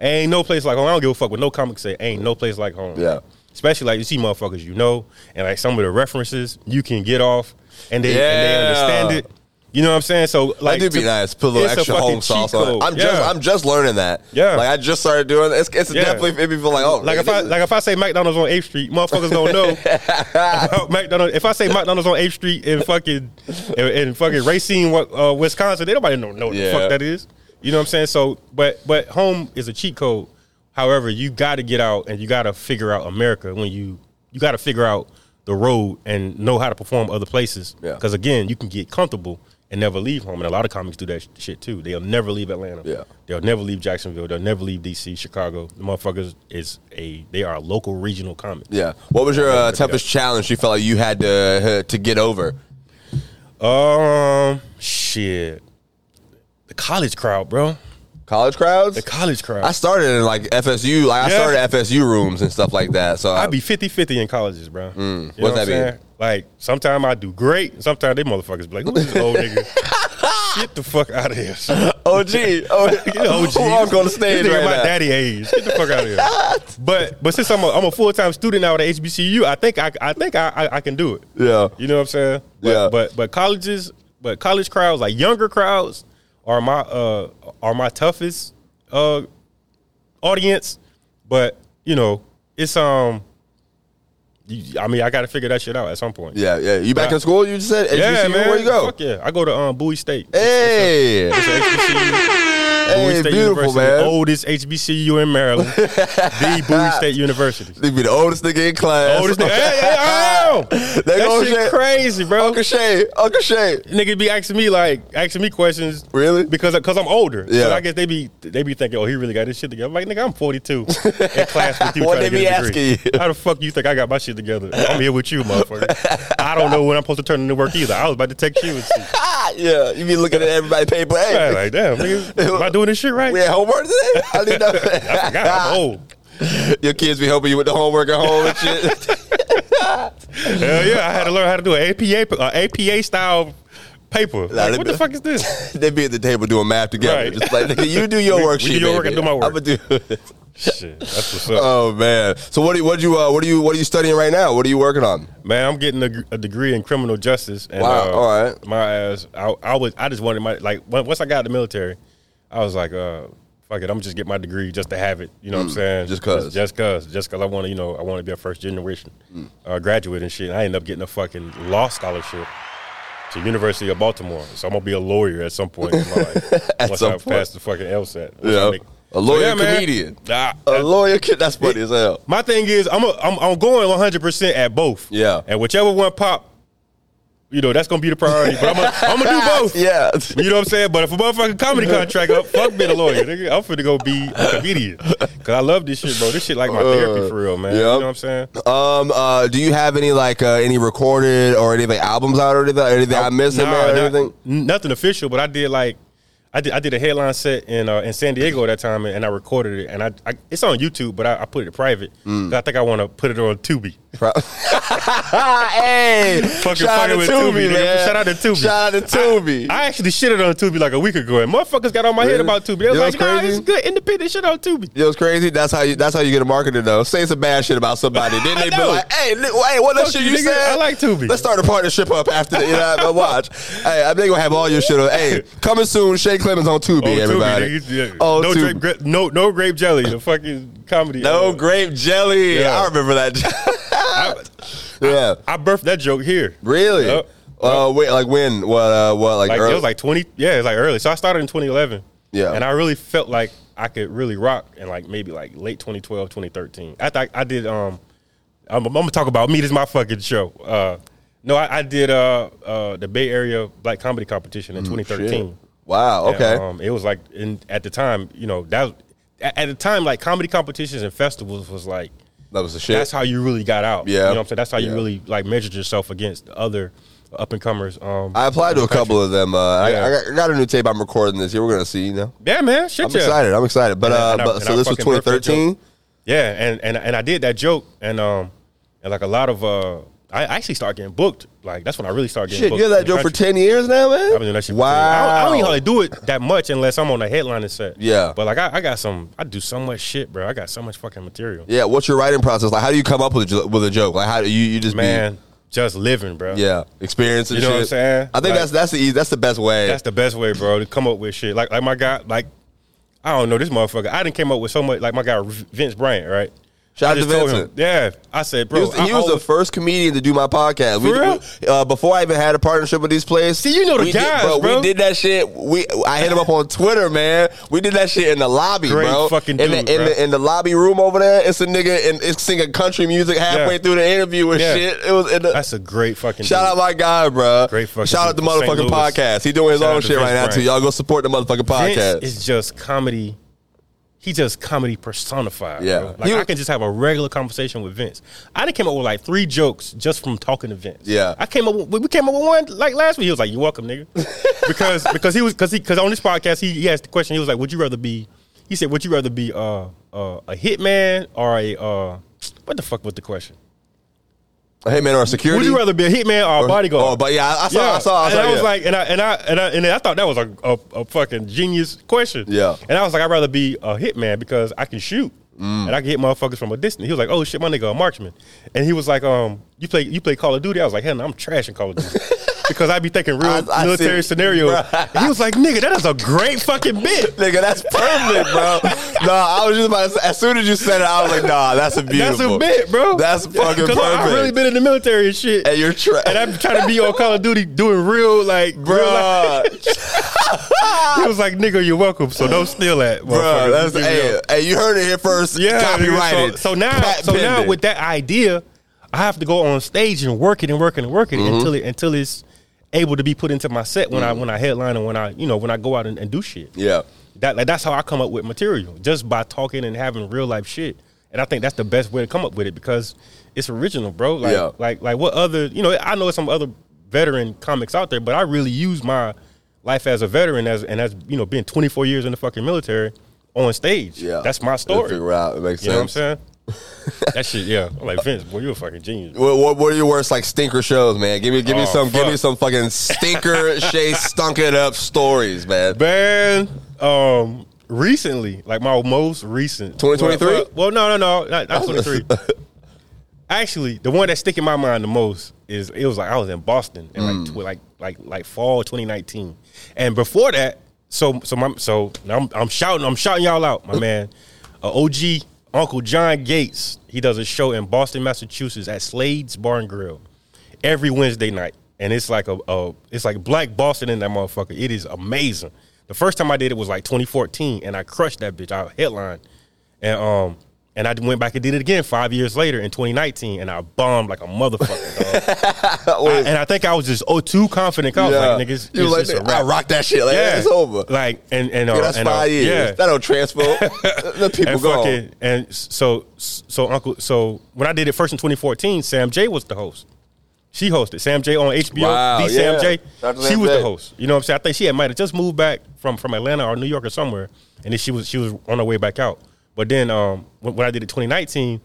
A: Ain't no place like home. I don't give a fuck what no comic say. Ain't no place like home.
B: Yeah.
A: Especially like you see motherfuckers you know and like some of the references you can get off and they,
B: Yeah.
A: and they understand it. You know what I'm saying? So like
B: That do be
A: to-
B: nice. Put a little
A: it's
B: extra
A: fucking
B: home
A: cheat
B: sauce on
A: code.
B: it. I'm
A: Yeah.
B: just I'm just learning that.
A: Yeah.
B: like I just started doing it. It's, it's
A: Yeah.
B: definitely made me feel like oh
A: like if I like if I say McDonald's on 8th Street, motherfuckers gonna know
B: [LAUGHS]
A: [LAUGHS] about McDonald's. If I say McDonald's on 8th Street in fucking in, in fucking Racine, Wa- uh, Wisconsin, they nobody know know what the
B: Yeah.
A: fuck that is. You know what I'm saying? So, but but home is a cheat code. However, you got to get out and you got to figure out America when you you got to figure out the road and know how to perform other places.
B: Yeah.
A: Because again, you can get comfortable and never leave home. And a lot of comics do that sh- shit too. They'll never leave Atlanta.
B: Yeah.
A: They'll never leave Jacksonville. They'll never leave DC, Chicago. The motherfuckers is a they are a local regional comic.
B: yeah. What was your uh, toughest challenge you felt like you had to uh, to get over?
A: Um shit. The college crowd, bro.
B: College crowds.
A: The college crowd.
B: I started in like FSU, like I
A: Yeah.
B: started at FSU rooms and stuff like that. So I,
A: I be 50-50 in colleges, bro. You know
B: Mm, What's that
A: I'm
B: mean?
A: saying? Like sometimes I do great, sometimes they motherfuckers be like, "Who is this old
B: [LAUGHS]
A: nigga? Get the fuck out of here!" son.
B: OG,
A: [LAUGHS]
B: oh,
A: You know, OG.
B: [LAUGHS] I'm going to
A: This
B: stage
A: nigga
B: right
A: my
B: now.
A: daddy age. Get the fuck out of
B: [LAUGHS]
A: here. But but since I'm a, I'm a full time student now at HBCU, I think I I think I I, I can do it.
B: Yeah.
A: You know what I'm saying? But,
B: Yeah.
A: But but colleges, but college crowds, like younger crowds, are my uh are my toughest uh audience. But you know, it's um. you- I mean, I got to figure that shit out at some point.
B: Yeah, yeah. You back
A: Yeah.
B: in school? You just said HBCU.
A: Yeah, man.
B: Where you go?
A: Fuck yeah, I go to um, Bowie State.
B: Hey, [LAUGHS]
A: It's a HBCU. Bowie
B: Hey,
A: State
B: beautiful,
A: University,
B: man.
A: oldest HBCU in Maryland,
B: [LAUGHS]
A: the Bowie State University.
B: They be the oldest nigga in class.
A: Oldest nigga. Hey, hey, oh!
B: [LAUGHS] They
A: that
B: gonna
A: shit
B: say-
A: crazy, bro.
B: Uncle Shay, Uncle Shay.
A: Niggas be asking me like asking me questions.
B: Really?
A: Because because I'm older.
B: Yeah.
A: So I guess they be they be thinking, oh, he really got his shit together. I'm like, nigga, I'm
B: [LAUGHS]
A: 42 in class with you.
B: What
A: trying
B: they
A: to
B: be
A: get a degree.
B: asking you?
A: How the fuck you think I got my shit together? I'm here with you, motherfucker. I don't know when I'm supposed to turn into work either. I was about to text you and see.
B: Ah, yeah, you be looking at everybody paper.
A: Man,
B: Hey,
A: like, damn, nigga, am I doing this shit right?
B: we had homework today. I
A: [LAUGHS]
B: didn't
A: I forgot. I'm
B: know.
A: old.
B: [LAUGHS] Your kids be helping you with the homework at home
A: [LAUGHS]
B: and shit.
A: Hell yeah, I had to learn how to do an APA uh, APA style paper. Like,
B: let
A: what
B: me-
A: the fuck is this?
B: [LAUGHS] they be at the table doing math together.
A: Right.
B: Just like nigga, you do your
A: We-
B: work.
A: we
B: shit,
A: do your work,
B: baby.
A: I do my work.
B: I'ma do. [LAUGHS]
A: shit, that's what's up.
B: oh man. So what do you, what do you uh, what do you what are you studying right now? What are you working on?
A: Man, I'm getting a, a degree in criminal justice. And,
B: Wow,
A: uh,
B: all right.
A: My ass, I, I was, I just wanted my like on- once I got out of the military, I was like, uh, fuck it, I'm just get my degree just to have it. You know what I'm saying?
B: Mm, just 'cause. Mm.
A: just cause, just cause I want to, you know, I want to be a first generation uh, graduate and shit. And I ended up getting a fucking law scholarship to University of Baltimore, so I'm gonna be a lawyer at some point.
B: [LAUGHS]
A: In my life,
B: At
A: once
B: some
A: I
B: point.
A: pass the fucking LSAT. Once I
B: Yeah.
A: make-
B: A lawyer
A: yeah, man.
B: comedian.
A: Nah,
B: A lawyer kid. That's funny as hell.
A: my thing is, I'm a, I'm, I'm going 100 percent at both.
B: Yeah.
A: and whichever one pop, you know, that's gonna be the priority. But I'm
B: [LAUGHS]
A: gonna, I'm gonna do both.
B: Yeah.
A: You know what I'm saying? But if a motherfucking comedy contract up, fuck being a lawyer. Nigga. I'm finna go be a comedian because I love this shit, bro. This shit like my therapy for real, man. You
B: Uh, yeah.
A: know what I'm saying?
B: Um. Uh. Do you have any like uh, any recorded or any like albums out or anything? Anything I missed in
A: Nah,
B: there or
A: not- [LAUGHS]
B: anything?
A: n- nothing official, but I did like I did I did a headline set in uh, in San Diego at that time, and, and I recorded it, and I, I it's on YouTube, but I, I put it private.
B: Mm.
A: 'Cause I think I want to put it on Tubi.
B: Pro- [LAUGHS] hey,
A: Fucking fucking with Tubi, nigga. Shout out to Tubi.
B: Shout out to Tubi.
A: I actually shitted on Tubi like a week ago, and motherfuckers got on my head
B: Really?
A: about Tubi. They was
B: You know
A: like,
B: what's
A: nah,
B: crazy?
A: it's good independent shit on Tubi.
B: you know what's crazy? That's how you. That's how you get a marketer though. Say some bad shit about somebody,
A: [LAUGHS]
B: then
A: I
B: they be
A: know.
B: like, "Hey, li- hey, what that
A: Fuck
B: shit
A: you,
B: you
A: nigga.
B: said?
A: I like Tubi.
B: Let's start a partnership up after that. You know, but watch.
A: [LAUGHS]
B: Hey, I'm gonna have all your shit on. Hey, coming soon. Shay Clemens on Tubi,
A: On
B: everybody.
A: Oh, Tubi, nigga. Yeah.
B: On
A: no,
B: Tubi.
A: grape, gra- no, no grape jelly. The fucking comedy.
B: No
A: Uh,
B: grape jelly.
A: Yeah.
B: I
A: [LAUGHS]
B: remember that.
A: I,
B: yeah.
A: I birthed that joke here.
B: Really?
A: Yep.
B: Uh, wait, like when? What? Uh, what? Like,
A: Like
B: early?
A: it was like twenty. Yeah, it was like early. So I started in 2011.
B: Yeah.
A: and I really felt like I could really rock in like maybe like late 2012, 2013. After I, I did, um, I'm, I'm gonna talk about me. This is my fucking show. Uh, no, I, I did uh, uh, the Bay Area Black Comedy Competition
B: Mm,
A: in 2013.
B: Wow.
A: And,
B: Okay.
A: um, it was like in at the time, you know, that was- at, at the time like comedy competitions and festivals was like
B: that was the shit.
A: that's how you really got out.
B: Yeah.
A: You know what I'm saying? That's how you
B: Yeah.
A: really like measured yourself against the other up and comers. Um
B: I applied to a couple of them. Uh,
A: Yeah.
B: I, I, got, I got a new tape I'm recording this year. We're gonna see. You know,
A: Yeah, man. Shit
B: I'm
A: yeah.
B: excited. I'm excited. But
A: And I-
B: uh,
A: and I-
B: but
A: and
B: so
A: I
B: this was
A: fucking birthed that joke.
B: 2013.
A: Yeah, and, and and I did that joke and um and like a lot of uh I actually started getting booked. Like that's when I really started getting
B: Shit, you
A: booked.
B: had that
A: in the
B: joke for
A: country.
B: 10 years now, man.
A: I've been doing that shit. for
B: Wow.
A: ten years. I don't, I don't even hardly do it that much unless I'm on a headline set.
B: Yeah.
A: But like I, I got some, I do so much shit, bro. I got so much fucking material.
B: yeah. What's your writing process like? How do you come up with a, jo- with a joke? Like how do you you just
A: Man, just living, bro.
B: Be, yeah, experiencing.
A: You know
B: shit.
A: what I'm saying?
B: I think
A: Like-
B: that's that's the eas- that's the best way.
A: That's the best way, bro, to come up with shit. Like like my guy, like I don't know this motherfucker. I didn't came up with so much. Like my guy Vince Bryant, right?
B: Shout
A: I
B: out to
A: just told
B: Vincent.
A: him- yeah, I said, bro,
B: he was,
A: I
B: he was the
A: always-
B: first comedian to do my podcast. We,
A: For real?
B: we- uh, before I even had a partnership with these players.
A: See, you know the
B: we
A: guys,
B: did,
A: bro.
B: We did that shit. We I hit him up on Twitter, man. We did that shit in the lobby,
A: Great
B: bro.
A: fucking
B: in,
A: dude,
B: the, in,
A: bro.
B: The, in the lobby room over there. It's a nigga and it's singing country music halfway
A: Yeah.
B: through the interview and
A: Yeah.
B: shit. It was in the.
A: that's a great fucking
B: Shout
A: dude.
B: out my guy, bro.
A: Great fucking
B: Shout out the
A: dude from St. Louis.
B: motherfucking podcast. He doing his
A: Shout
B: own
A: out to
B: shit
A: Vince
B: right now too.
A: Bryant.
B: Y'all go support the motherfucking podcast.
A: Vince is just comedy. He just comedy personified.
B: Yeah.
A: Yeah, like
B: You-
A: I can just have a regular conversation with Vince. I done came up with like three jokes just from talking to Vince.
B: Yeah.
A: I came up. With, we came up with one like last week. He was like, "You're welcome,
B: [LAUGHS]
A: nigga," because because he was because he because on this podcast he, he asked the question. He was like, "Would you rather be?" He said, "Would you rather be uh, uh, a hitman or a uh, what the fuck was the question?"
B: hey man, our security.
A: Would you rather be a hitman or a bodyguard?
B: oh, but yeah, I- I saw- I saw- I
A: and
B: saw,
A: I was
B: yeah.
A: like, and I and I and I, and I thought that was a, a a fucking genius question.
B: Yeah.
A: And I was like, I'd rather be a hitman because I can shoot
B: Mm.
A: and I can hit motherfuckers from a distance. He was like, Oh
B: [LAUGHS]
A: shit, my nigga, a marksman. And he was like, Um, you play you play Call of Duty? I was like, Hell, no, I'm trash in Call of Duty. because I be thinking real
B: I- I
A: military
B: see-
A: scenarios.
B: Bruh.
A: And he was like, "Nigga, that is a great fucking bit."
B: [LAUGHS] Nigga, that's perfect, bro.
A: [LAUGHS]
B: no, I was just about to say, as soon as you said it, I was like, nah, that's a beautiful.
A: That's a bit, bro. [LAUGHS]
B: That's fucking
A: Because
B: perfect.
A: I- I really been in the military and shit,
B: and you're trapped.
A: and
B: [LAUGHS]
A: I'm trying to be on Call of Duty doing real like, Real life.
B: Bruh,
A: He was like, "Nigga, you're welcome." So don't steal that,
B: bruh,
A: motherfucker.
B: that's
A: Be real.
B: hey, hey, you heard it here first.
A: Yeah,
B: copyrighted.
A: So, so now,
B: Pat
A: so now
B: pending.
A: with that idea, I have to go on stage and work it and work it and work it until it until it's able to be put into my set when I when I headline and when I you know when I go out and, and do shit.
B: yeah,
A: That like that's how I come up with material just by talking and having real life shit. And I think that's the best way to come up with it because it's original, bro. Like
B: Yeah.
A: like like what other you know I know some other veteran comics out there, but I really use my life as a veteran as and as you know being 24 years in the fucking military on stage.
B: yeah.
A: that's my
B: Let's
A: story.
B: Figure out. It makes
A: You know what I'm
B: sense.
A: saying?
B: [LAUGHS]
A: that shit, yeah. I'm like Vince, boy, you a fucking genius.
B: What, what, what are your worst like stinker shows, man? Give me give me
A: Oh,
B: some give me
A: fuck.
B: some
A: [LAUGHS]
B: fucking stinker Shay stunk it up stories, man.
A: Man, um, recently, like my most recent,
B: 2023?
A: Well, well, no, no, no, not, not 23. Actually, the one that stick in my mind the most is it was like I was in Boston in like tw- like like like fall 2019, and before that, so so my so now I'm, I'm shouting I'm shouting y'all out, my man, uh, OG Uncle John Gates. He does a show in Boston, Massachusetts at Slade's Bar and Grill every Wednesday night, and it's like a, a it's like Black Boston in that motherfucker. It is amazing. The first time I did it was like 2014, and I crushed that bitch. I headlined, and um, and I went back and did it again five years later in 2019, and I bombed like a motherfucker. dog.
B: [LAUGHS]
A: I- and I think I was just oh too confident. 'cause I was like, niggas,
B: you
A: it's,
B: like,
A: it's a
B: I
A: wrap.
B: rock that shit. Like,
A: Yeah.
B: it's over.
A: Like and and uh,
B: Yeah, that's
A: and, uh,
B: five years.
A: Yeah,
B: That
A: [LAUGHS]
B: don't transfer. the people
A: and
B: go.
A: fucking and so so Uncle so when I did it first in 2014, Sam J was the host. She hosted Sam J on HBO.
B: Wow,
A: the
B: yeah.
A: Sam J.
B: Dr.
A: She
B: Sam
A: was
B: J.
A: the host. You know what I'm saying? I think she had might have just moved back from from Atlanta or New York or somewhere, and then she was she was on her way back out. But then um, when, when I did it 2019,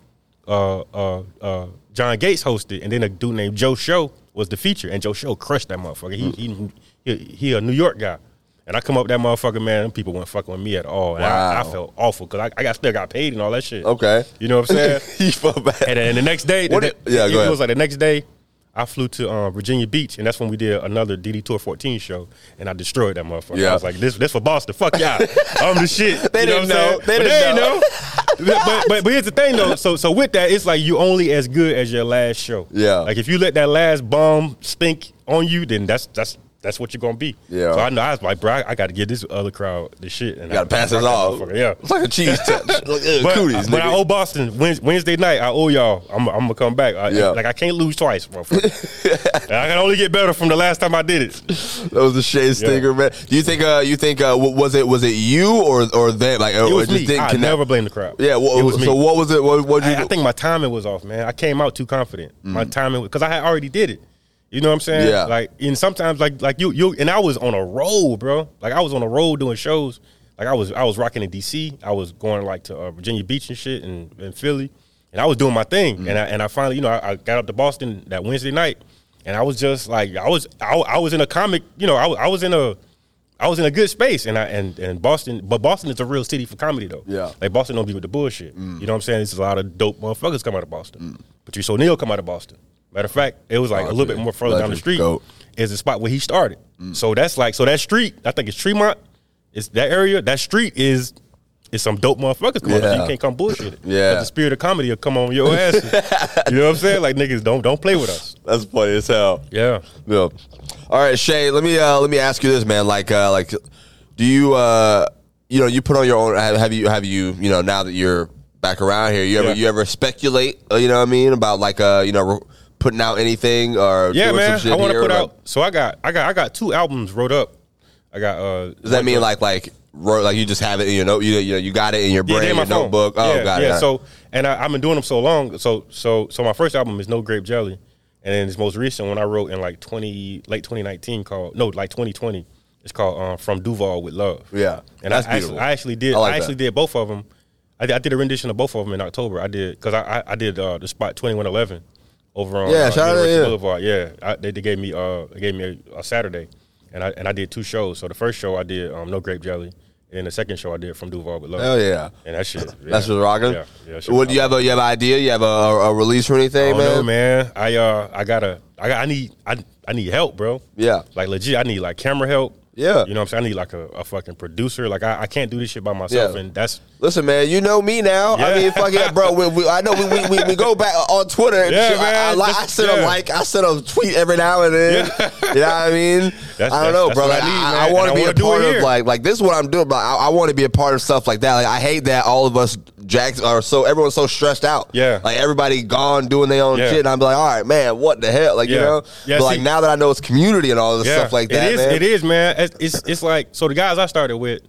A: uh, uh, uh, John Gates hosted, and then a dude named Joe Show was the feature, and Joe Show crushed that motherfucker. He he, he he a New York guy, and I come up with that motherfucker man. Them people weren't fucking with me at all. And I, I
B: Wow.
A: felt awful because I, I got still got paid and all that shit.
B: Okay.
A: you know what [LAUGHS] I'm saying?
B: [LAUGHS] you feel bad.
A: And then the next day,
B: What
A: the-
B: did- yeah,
A: it,
B: go ahead.
A: was like the next day, I flew to um, Virginia Beach, and that's when we did another DD Tour 14 show, and I destroyed that motherfucker.
B: Yeah.
A: I was like, "This, this for Boston, fuck y'all,
B: [LAUGHS]
A: I'm the shit."
B: They
A: You
B: didn't
A: what I'm
B: know.
A: saying?
B: They
A: But
B: didn't know.
A: ain't know. but, but but here's the thing though. So so with that, it's like you only as good as your last show.
B: Yeah.
A: Like if you let that last bomb stink on you, then that's that's. That's what you're gonna be.
B: Yeah.
A: So I know I was like, bro, I, I got to give this other crowd the shit, and
B: You gotta
A: I-
B: pass
A: I
B: this
A: got that
B: off.
A: motherfucker, Yeah
B: It's like
A: [LAUGHS]
B: a cheese touch. like, ugh,
A: but,
B: cooties,
A: but
B: nigga.
A: I owe Boston Wed- Wednesday night. I owe y'all. I'm, I'm gonna come back. I,
B: Yeah.
A: Like I can't lose twice,
B: [LAUGHS]
A: motherfucker. And I can only get better from the last time I did it.
B: that was the Shay Stinger, man. Do you think? Uh, you think? Uh, w- was it? Was it you or or them? Like, uh,
A: It
B: or
A: was
B: just
A: me.
B: didn't
A: I
B: connect?
A: never blame the crowd.
B: Yeah. Well,
A: it was me.
B: So what was it? What what you? Mm.
A: I, I think my timing was off, man. I came out too confident. My timing because I had already did it. You know what I'm saying?
B: Yeah.
A: Like and sometimes like like you you and I was on a roll, bro. Like I was on a roll doing shows. Like I was I was rocking in DC. I was going like to uh, Virginia Beach and shit and, and Philly. And I was doing my thing.
B: Mm.
A: And I and I finally, you know, I, I got up to Boston that Wednesday night and I was just like I was I, I was in a comic, you know, I, was- I was in a I was in a good space, and I and, and Boston, but Boston is a real city for comedy though.
B: Yeah. Mm.
A: like Boston don't be with the bullshit. You know what I'm saying? There's a lot of dope motherfuckers come out of Boston. But you so Neal come out of Boston. Matter of fact, it was like a little bit
B: Legend.
A: more further down the
B: Legend.
A: street
B: Goat.
A: is the spot where he started.
B: Mm.
A: So that's like so that street. I think it's Tremont. It's that area. That street is is some dope motherfuckers. Come out there.
B: Yeah.
A: you can't come bullshit it.
B: [LAUGHS] Yeah.
A: 'Cause the spirit of comedy will come on your ass.
B: [LAUGHS]
A: you know what I'm saying? Like niggas don't don't play with us.
B: That's funny as hell.
A: Yeah.
B: Yeah. All right, Shay. Let me uh, let me ask you this, man. Like, uh, like, do you uh, you know, you put on your own? Have, have you have you you know now that you're back around here, you ever
A: Yeah.
B: you ever speculate? Uh, you know what I mean about like uh, you know, re- putting out anything or
A: Yeah,
B: doing
A: man.
B: Some shit
A: I want to
B: here?
A: put
B: Like,
A: out. So I got, I got, I got two albums wrote up. I got. uh
B: Does that mean like like ro- like you just have it in your note? You you know you got it in your brain,
A: they're in
B: your notebook. Oh,
A: yeah,
B: got
A: yeah.
B: it.
A: So and I, I've been doing them so long. So so so my first album is No Grape Jelly, and then this most recent one I wrote in like twenty late twenty nineteen called no like twenty twenty. It's called um, From Duval with Love.
B: Yeah,
A: and
B: that's
A: I,
B: beautiful.
A: actually, I actually did.
B: I
A: I,
B: like
A: actually
B: that.
A: did both of them. I did, I did a rendition of both of them in October. I did because I, I I did uh, the spot twenty one eleven over on
B: Yeah,
A: uh,
B: shout out to
A: University
B: him.
A: Boulevard. Yeah, I, they, they gave me uh they gave me a, a Saturday, and I and I did two shows. So the first show I did um, No Grape Jelly, and the second show I did From Duval with Love.
B: Hell yeah.
A: And that shit.
B: That's
A: yeah.
B: just rocking.
A: Yeah. yeah that shit
B: what do you have? A, you have an idea? You have a, a, a release or anything,
A: I don't
B: man?
A: know, man. I uh, I gotta, I got, I need I I need help, bro.
B: Yeah.
A: Like legit, I need like camera help.
B: Yeah.
A: You know what I'm saying? I need like a, a fucking producer. Like I, I can't do this shit by myself
B: Yeah.
A: and that's
B: Listen, man, you know me now. I
A: Yeah.
B: mean, fuck it, bro. We, we, I know we, we, we, we go back on Twitter. And
A: Yeah,
B: shit. I, I,
A: man,
B: li- I
A: just-
B: send a
A: yeah.
B: like, I send a tweet every now and then.
A: Yeah.
B: You know what I
A: [LAUGHS]
B: mean?
A: That's-
B: I don't
A: that's-
B: know,
A: that's
B: bro.
A: what I
B: Like, I,
A: need, man, and
B: want to
A: I
B: be a
A: wanna do it
B: part of
A: here.
B: like like this. is what I'm doing, but I, I want to be a part of stuff like that. Like I hate that all of us jacks are so everyone's so stressed out.
A: Yeah.
B: like everybody gone doing their own
A: Yeah.
B: shit. And I'm like, all right, man, what the hell? Like you
A: Yeah.
B: know,
A: Yeah,
B: but like
A: see-
B: now that I know it's community and all this stuff like that,
A: It is,
B: man.
A: it is, man. It's, it's it's like so the guys I started with,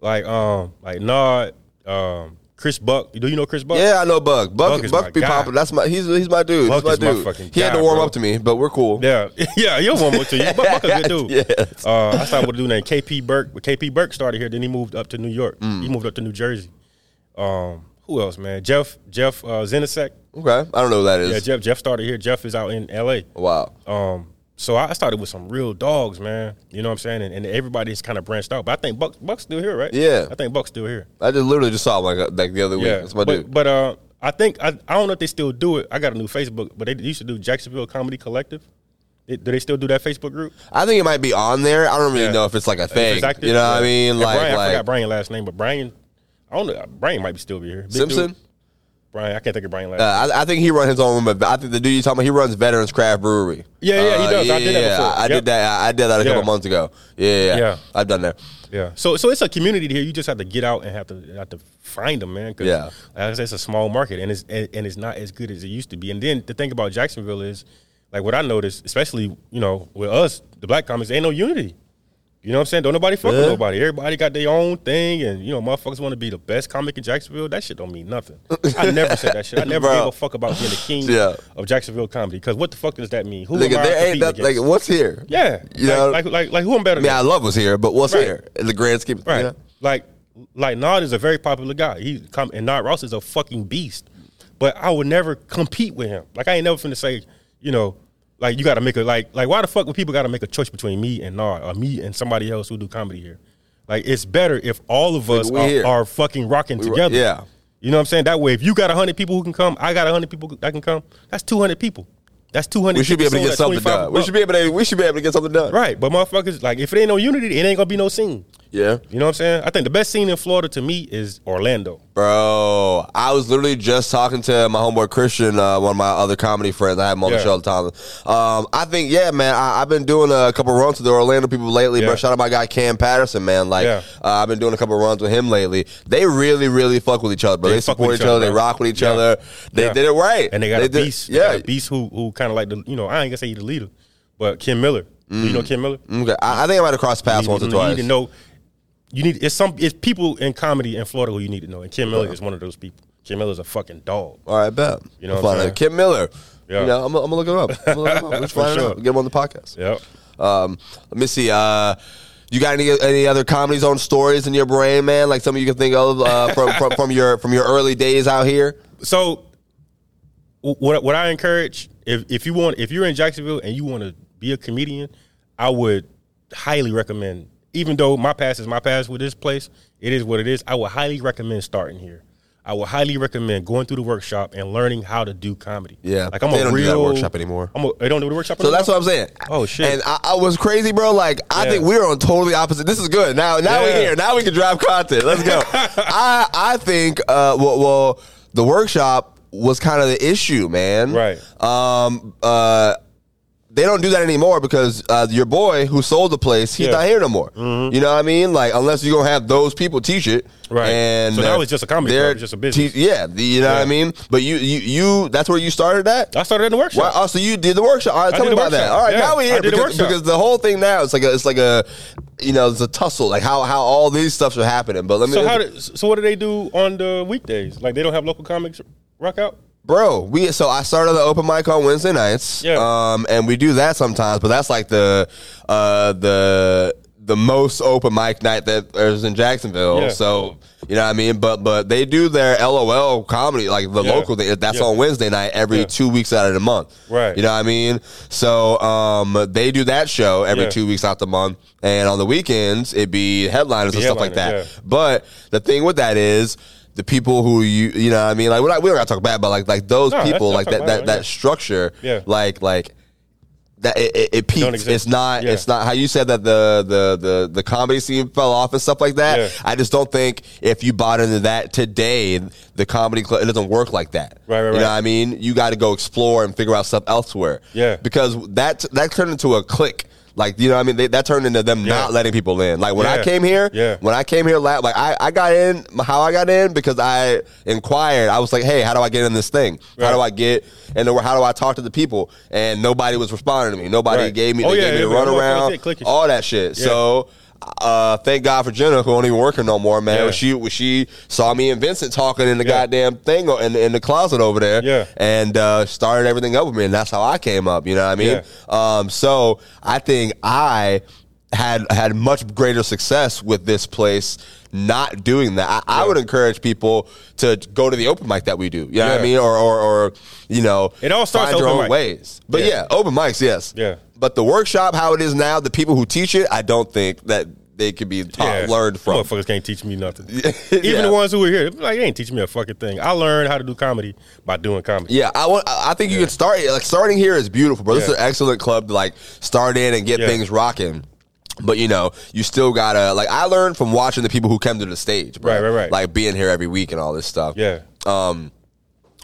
A: like um like Nod, um Chris Buck. Do you know Chris Buck?
B: Yeah, I know Buck. Buck,
A: Buck is
B: Buck
A: my
B: be
A: guy.
B: popping. That's my he's he's my dude.
A: Buck
B: he's
A: is
B: my
A: my
B: dude.
A: fucking
B: he had
A: guy,
B: to warm
A: bro.
B: up to me, but we're cool.
A: Yeah, [LAUGHS] yeah, you'll want more to you. Buck, Buck a good
B: [LAUGHS]
A: dude. Uh, I started with a dude named KP Burke. Well, KP Burke started here, then he moved up to New York.
B: Mm.
A: He moved up to New Jersey. Um, who else, man? Jeff Jeff uh, Zinasek.
B: Okay, I don't know who that is.
A: Yeah, Jeff Jeff started here. Jeff is out in L.A.
B: Wow.
A: Um, so I started with some real dogs, man. You know what I'm saying? And, and everybody's kind of branched out. But I think Buck Buck's still here, right?
B: Yeah.
A: I think Buck's still here.
B: I just literally just saw him like uh, like the other week.
A: Yeah,
B: That's my
A: but,
B: dude.
A: But uh, I think I, I don't know if they still do it. I got a new Facebook, but they used to do Jacksonville Comedy Collective. They- do they still do that Facebook group?
B: I think it might be on there. I don't really
A: Yeah.
B: know if it's like a
A: If
B: thing.
A: it's active,
B: you know
A: yeah.
B: what I mean?
A: And
B: Like
A: Brian, I
B: like
A: forgot Brian's last name, but Brian, I don't know. Brian might be still be here. Big
B: Simpson.
A: dude. Brian, I can't think of Brian last.
B: Uh, I, I think he runs his own room, but I think the dude you talking about he runs Veterans Craft Brewery.
A: Yeah, yeah, he
B: Uh,
A: does. I did that before.
B: I, I
A: Yep.
B: did that. I, I did that a
A: Yeah.
B: couple months ago. Yeah, yeah, yeah.
A: Yeah.
B: I've done that.
A: yeah. So so it's a community here. You just have to get out and have to have to find them, man. 'cause
B: Yeah.
A: like I said, it's a small market and it's and, and it's not as good as it used to be. And then the thing about Jacksonville is, like what I noticed, especially you know with us, the black comics, ain't no unity. You know what I'm saying? Don't nobody fuck
B: Yeah.
A: with nobody. Everybody got their own thing, and you know, motherfuckers want to be the best comic in Jacksonville. That shit don't mean nothing.
B: [LAUGHS]
A: I never said that shit. I never
B: Bro.
A: gave a fuck about being the king
B: Yeah.
A: of Jacksonville comedy. Because what the fuck does that mean? Who
B: Nigga,
A: am I
B: there
A: competing
B: ain't that, like
A: against?
B: what's here.
A: Yeah,
B: You
A: like,
B: know?
A: like like like who I'm better
B: I mean,
A: than?
B: I love what's here, but what's
A: Right.
B: here in the grand scheme?
A: Right.
B: you know?
A: Like like Nod is a very popular guy. He come and Nod Ross is a fucking beast. But I would never compete with him. Like I ain't never finna say, you know, like you gotta make a like like why the fuck would people gotta make a choice between me and Nod or me and somebody else who do comedy here? Like it's better if all of us
B: we here.
A: are, are fucking rocking together.
B: yeah.
A: You know what I'm saying? That way, if you got hundred people who can come, I got hundred people that can come. That's two hundred people. That's two hundred.
B: We should be able to get something done. We should be able to. We should be able to get something done.
A: right. But motherfuckers, like if it ain't no unity, it ain't gonna be no scene.
B: Yeah.
A: You know what I'm saying? I think the best scene in Florida to me is Orlando.
B: Bro, I was literally just talking to my homeboy Christian, uh, one of my other comedy friends. I have him on the
A: Yeah.
B: show all the time. Um, I think, yeah, man, I, I've been doing a couple runs with the Orlando people lately, bro.
A: Yeah.
B: Shout out my guy Cam Patterson, man. Like,
A: Yeah.
B: uh, I've been doing a couple runs with him lately. They really, really fuck with each other, bro. They,
A: They fuck
B: support
A: with
B: each
A: each
B: other.
A: other,
B: They
A: bro.
B: rock with each
A: Yeah.
B: other. They
A: Yeah.
B: did it right.
A: And they got a
B: did-
A: beast.
B: Yeah.
A: Yeah. They got a beast who who kind of like the you know, I ain't gonna say he the leader, but Kim Miller. Do you know Kim Miller?
B: Okay. I, I think Mm. I might have crossed paths
A: You,
B: once or
A: you
B: twice.
A: need to know you need it's some it's people in comedy in Florida who you need to know. And Kim Miller is one of those people. Kim Miller's a fucking dog.
B: All right, bet.
A: You know
B: I'll
A: what I'm
B: find
A: saying?
B: out. Kim Miller.
A: Yeah.
B: You know, I'm, I'm gonna look him up. I'm gonna
A: [LAUGHS]
B: look him up. Let's
A: For
B: find
A: sure.
B: out. Get him on the podcast.
A: Yep.
B: Um, let me see. Uh, you got any any other comedies on stories in your brain, man? Like something you can think of uh, from, from from your from your early days out here.
A: So wh- what what I encourage if if you want if you're in Jacksonville and you want to be a comedian, I would highly recommend. Even though my past is my past with this place, it is what it is. I would highly recommend starting here. I would highly recommend going through the workshop and learning how to do comedy.
B: Yeah,
A: like I'm
B: they
A: a
B: don't do
A: real
B: that workshop anymore.
A: I'm a, they don't do the workshop.
B: So
A: anymore?
B: that's what I'm saying.
A: Oh, shit.
B: And I, I was crazy, bro. Like I
A: Yeah.
B: think we're on totally opposite. This is good. Now now we're
A: Yeah.
B: here. Now we can drive content.
A: [LAUGHS]
B: Let's go. I I think uh, well, well the workshop was kind of the issue, man.
A: Right.
B: Um. Uh. they don't do that anymore because uh, your boy who sold the place, he's
A: Yeah. Mm-hmm.
B: not here no more. You know what I mean? Like unless you're gonna have those people teach it,
A: Right.
B: And
A: So that
B: they're-
A: was just a comedy club,
B: they're
A: it was just a business.
B: teach- yeah, the- you know what I
A: Yeah.
B: mean. But you, you, you that's where you started at.
A: I started in the workshop.
B: Why, oh, so you did the workshop. All right,
A: I
B: tell me
A: did the
B: about that.
A: workshop.
B: All right,
A: Yeah,
B: now we
A: I
B: here
A: did the
B: because,
A: workshop.
B: because the whole thing now it's like a, it's like a, you know, it's a tussle. Like how how all these stuffs are happening. But let me,
A: so how did, so what do they do on the weekdays? Like they don't have local comics rock out.
B: bro we so i started the open mic on wednesday nights
A: Yeah.
B: um and we do that sometimes but that's like the uh the the most open mic night that is in jacksonville
A: Yeah.
B: so you know what i mean but but they do their lol comedy like the
A: Yeah.
B: local thing that's
A: Yeah.
B: on wednesday night every
A: Yeah.
B: two weeks out of the month
A: Right.
B: you know what i mean so um they do that show every
A: Yeah.
B: two weeks out the month and on the weekends it'd be headliners and stuff like
A: headliners,
B: that
A: yeah.
B: but the thing with that is the people who you you know what I mean like we're not, we don't gotta talk bad but like like those
A: No, that's-
B: people
A: that's
B: like that
A: not
B: that,
A: bad,
B: that
A: yeah.
B: structure
A: Yeah.
B: like like that it, it, it peaked.
A: exist.
B: It's not.
A: Yeah.
B: It's not how you said that the the the the comedy scene fell off and stuff like that.
A: Yeah.
B: I just don't think if you bought into that today, the comedy club it doesn't work like that.
A: Right, right,
B: You know
A: right.
B: what I mean? You got to go explore and figure out stuff elsewhere.
A: Yeah.
B: because that that turned into a click. Like you know, what I mean, they, that turned into them
A: Yeah.
B: not letting people in. Like when I
A: Yeah.
B: came here,
A: Yeah.
B: when I came here, la- like I, I got in how I got in because I inquired. I was like, hey, how do I get in this thing? How do
A: Right.
B: I get and then how do I talk to the people? And nobody was responding to me. Nobody
A: Right.
B: gave me
A: Oh,
B: they
A: yeah,
B: gave me the
A: yeah, yeah. That's it,
B: runaround,
A: click and
B: all that shit.
A: Yeah.
B: So. Uh, thank God for Jenna, who don't even work here no more, man.
A: Yeah.
B: When she when she saw me and Vincent talking in the
A: Yeah.
B: goddamn thing o- in, the- in the closet over there,
A: Yeah.
B: and uh, started everything up with me, and that's how I came up. You know what I mean?
A: Yeah.
B: Um, so I think I had had much greater success with this place not doing that. I, I would encourage people to go to the open mic that we do. You know what I
A: Yeah.
B: mean? Or, or, or you know,
A: It all starts
B: find your
A: open
B: own
A: mic.
B: ways. But yeah.
A: Yeah.
B: open mics, yes.
A: Yeah.
B: But the workshop, how it is now, the people who teach it, I don't think that they could be taught, learned from.
A: Motherfuckers can't teach me nothing.
B: [LAUGHS] Yeah.
A: Even the ones who were here, like, they ain't teach me a fucking thing. I learned how to do comedy by doing comedy.
B: Yeah, I want. I I think you can start like starting here is beautiful, bro. This is
A: Yeah.
B: an excellent club to like start in and get
A: Yeah.
B: things rocking. But you know, you still gotta like. I learned from watching the people who came to the stage, bro.
A: Right, right, right.
B: Like being here every week and all this stuff.
A: Yeah.
B: But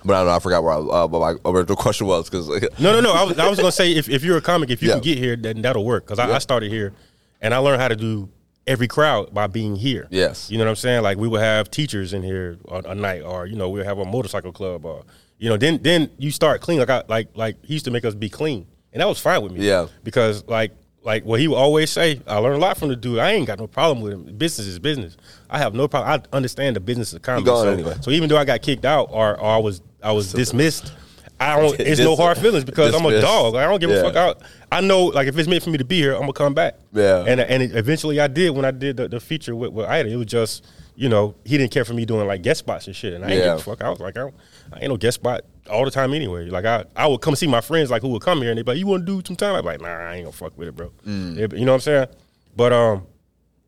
B: I don't know. I forgot where I, uh, what my original question was because
A: No, no, no. I was, I was gonna say if, if you're a comic, if you
B: Yeah.
A: can get here, then that'll work. Because I, I started here, and I learned how to do every crowd by being here.
B: Yes.
A: you know what I'm saying. Like we would have teachers in here on a night, or you know we would have a motorcycle club, or you know then then you start clean. Like I like like he used to make us be clean, and that was fine with me.
B: Yeah.
A: because like like what he would always say, I learned a lot from the dude. I ain't got no problem with him. Business is business. I have no problem. I understand the business of comedy.
B: going
A: so,
B: anyway.
A: so even though I got kicked out or, or I was I was dismissed. I don't. It's no
B: Dis-
A: hard feelings because I'm a
B: dismissed.
A: dog. Like, I don't give
B: Yeah.
A: a fuck. I, I know, like, if it's meant for me to be here, I'm gonna come back.
B: Yeah.
A: And and it- eventually I did when I did the, the feature with, with Ida. It was just, you know, he didn't care for me doing like guest spots and shit. And I didn't
B: Yeah.
A: give a fuck. I was like, I, don't, I ain't no guest spot all the time anyway. Like I, I would come see my friends like who would come here and they would be like, you want to do some time? I'm like, nah, I ain't gonna fuck with it, bro.
B: Mm.
A: They- You know what I'm saying? But um,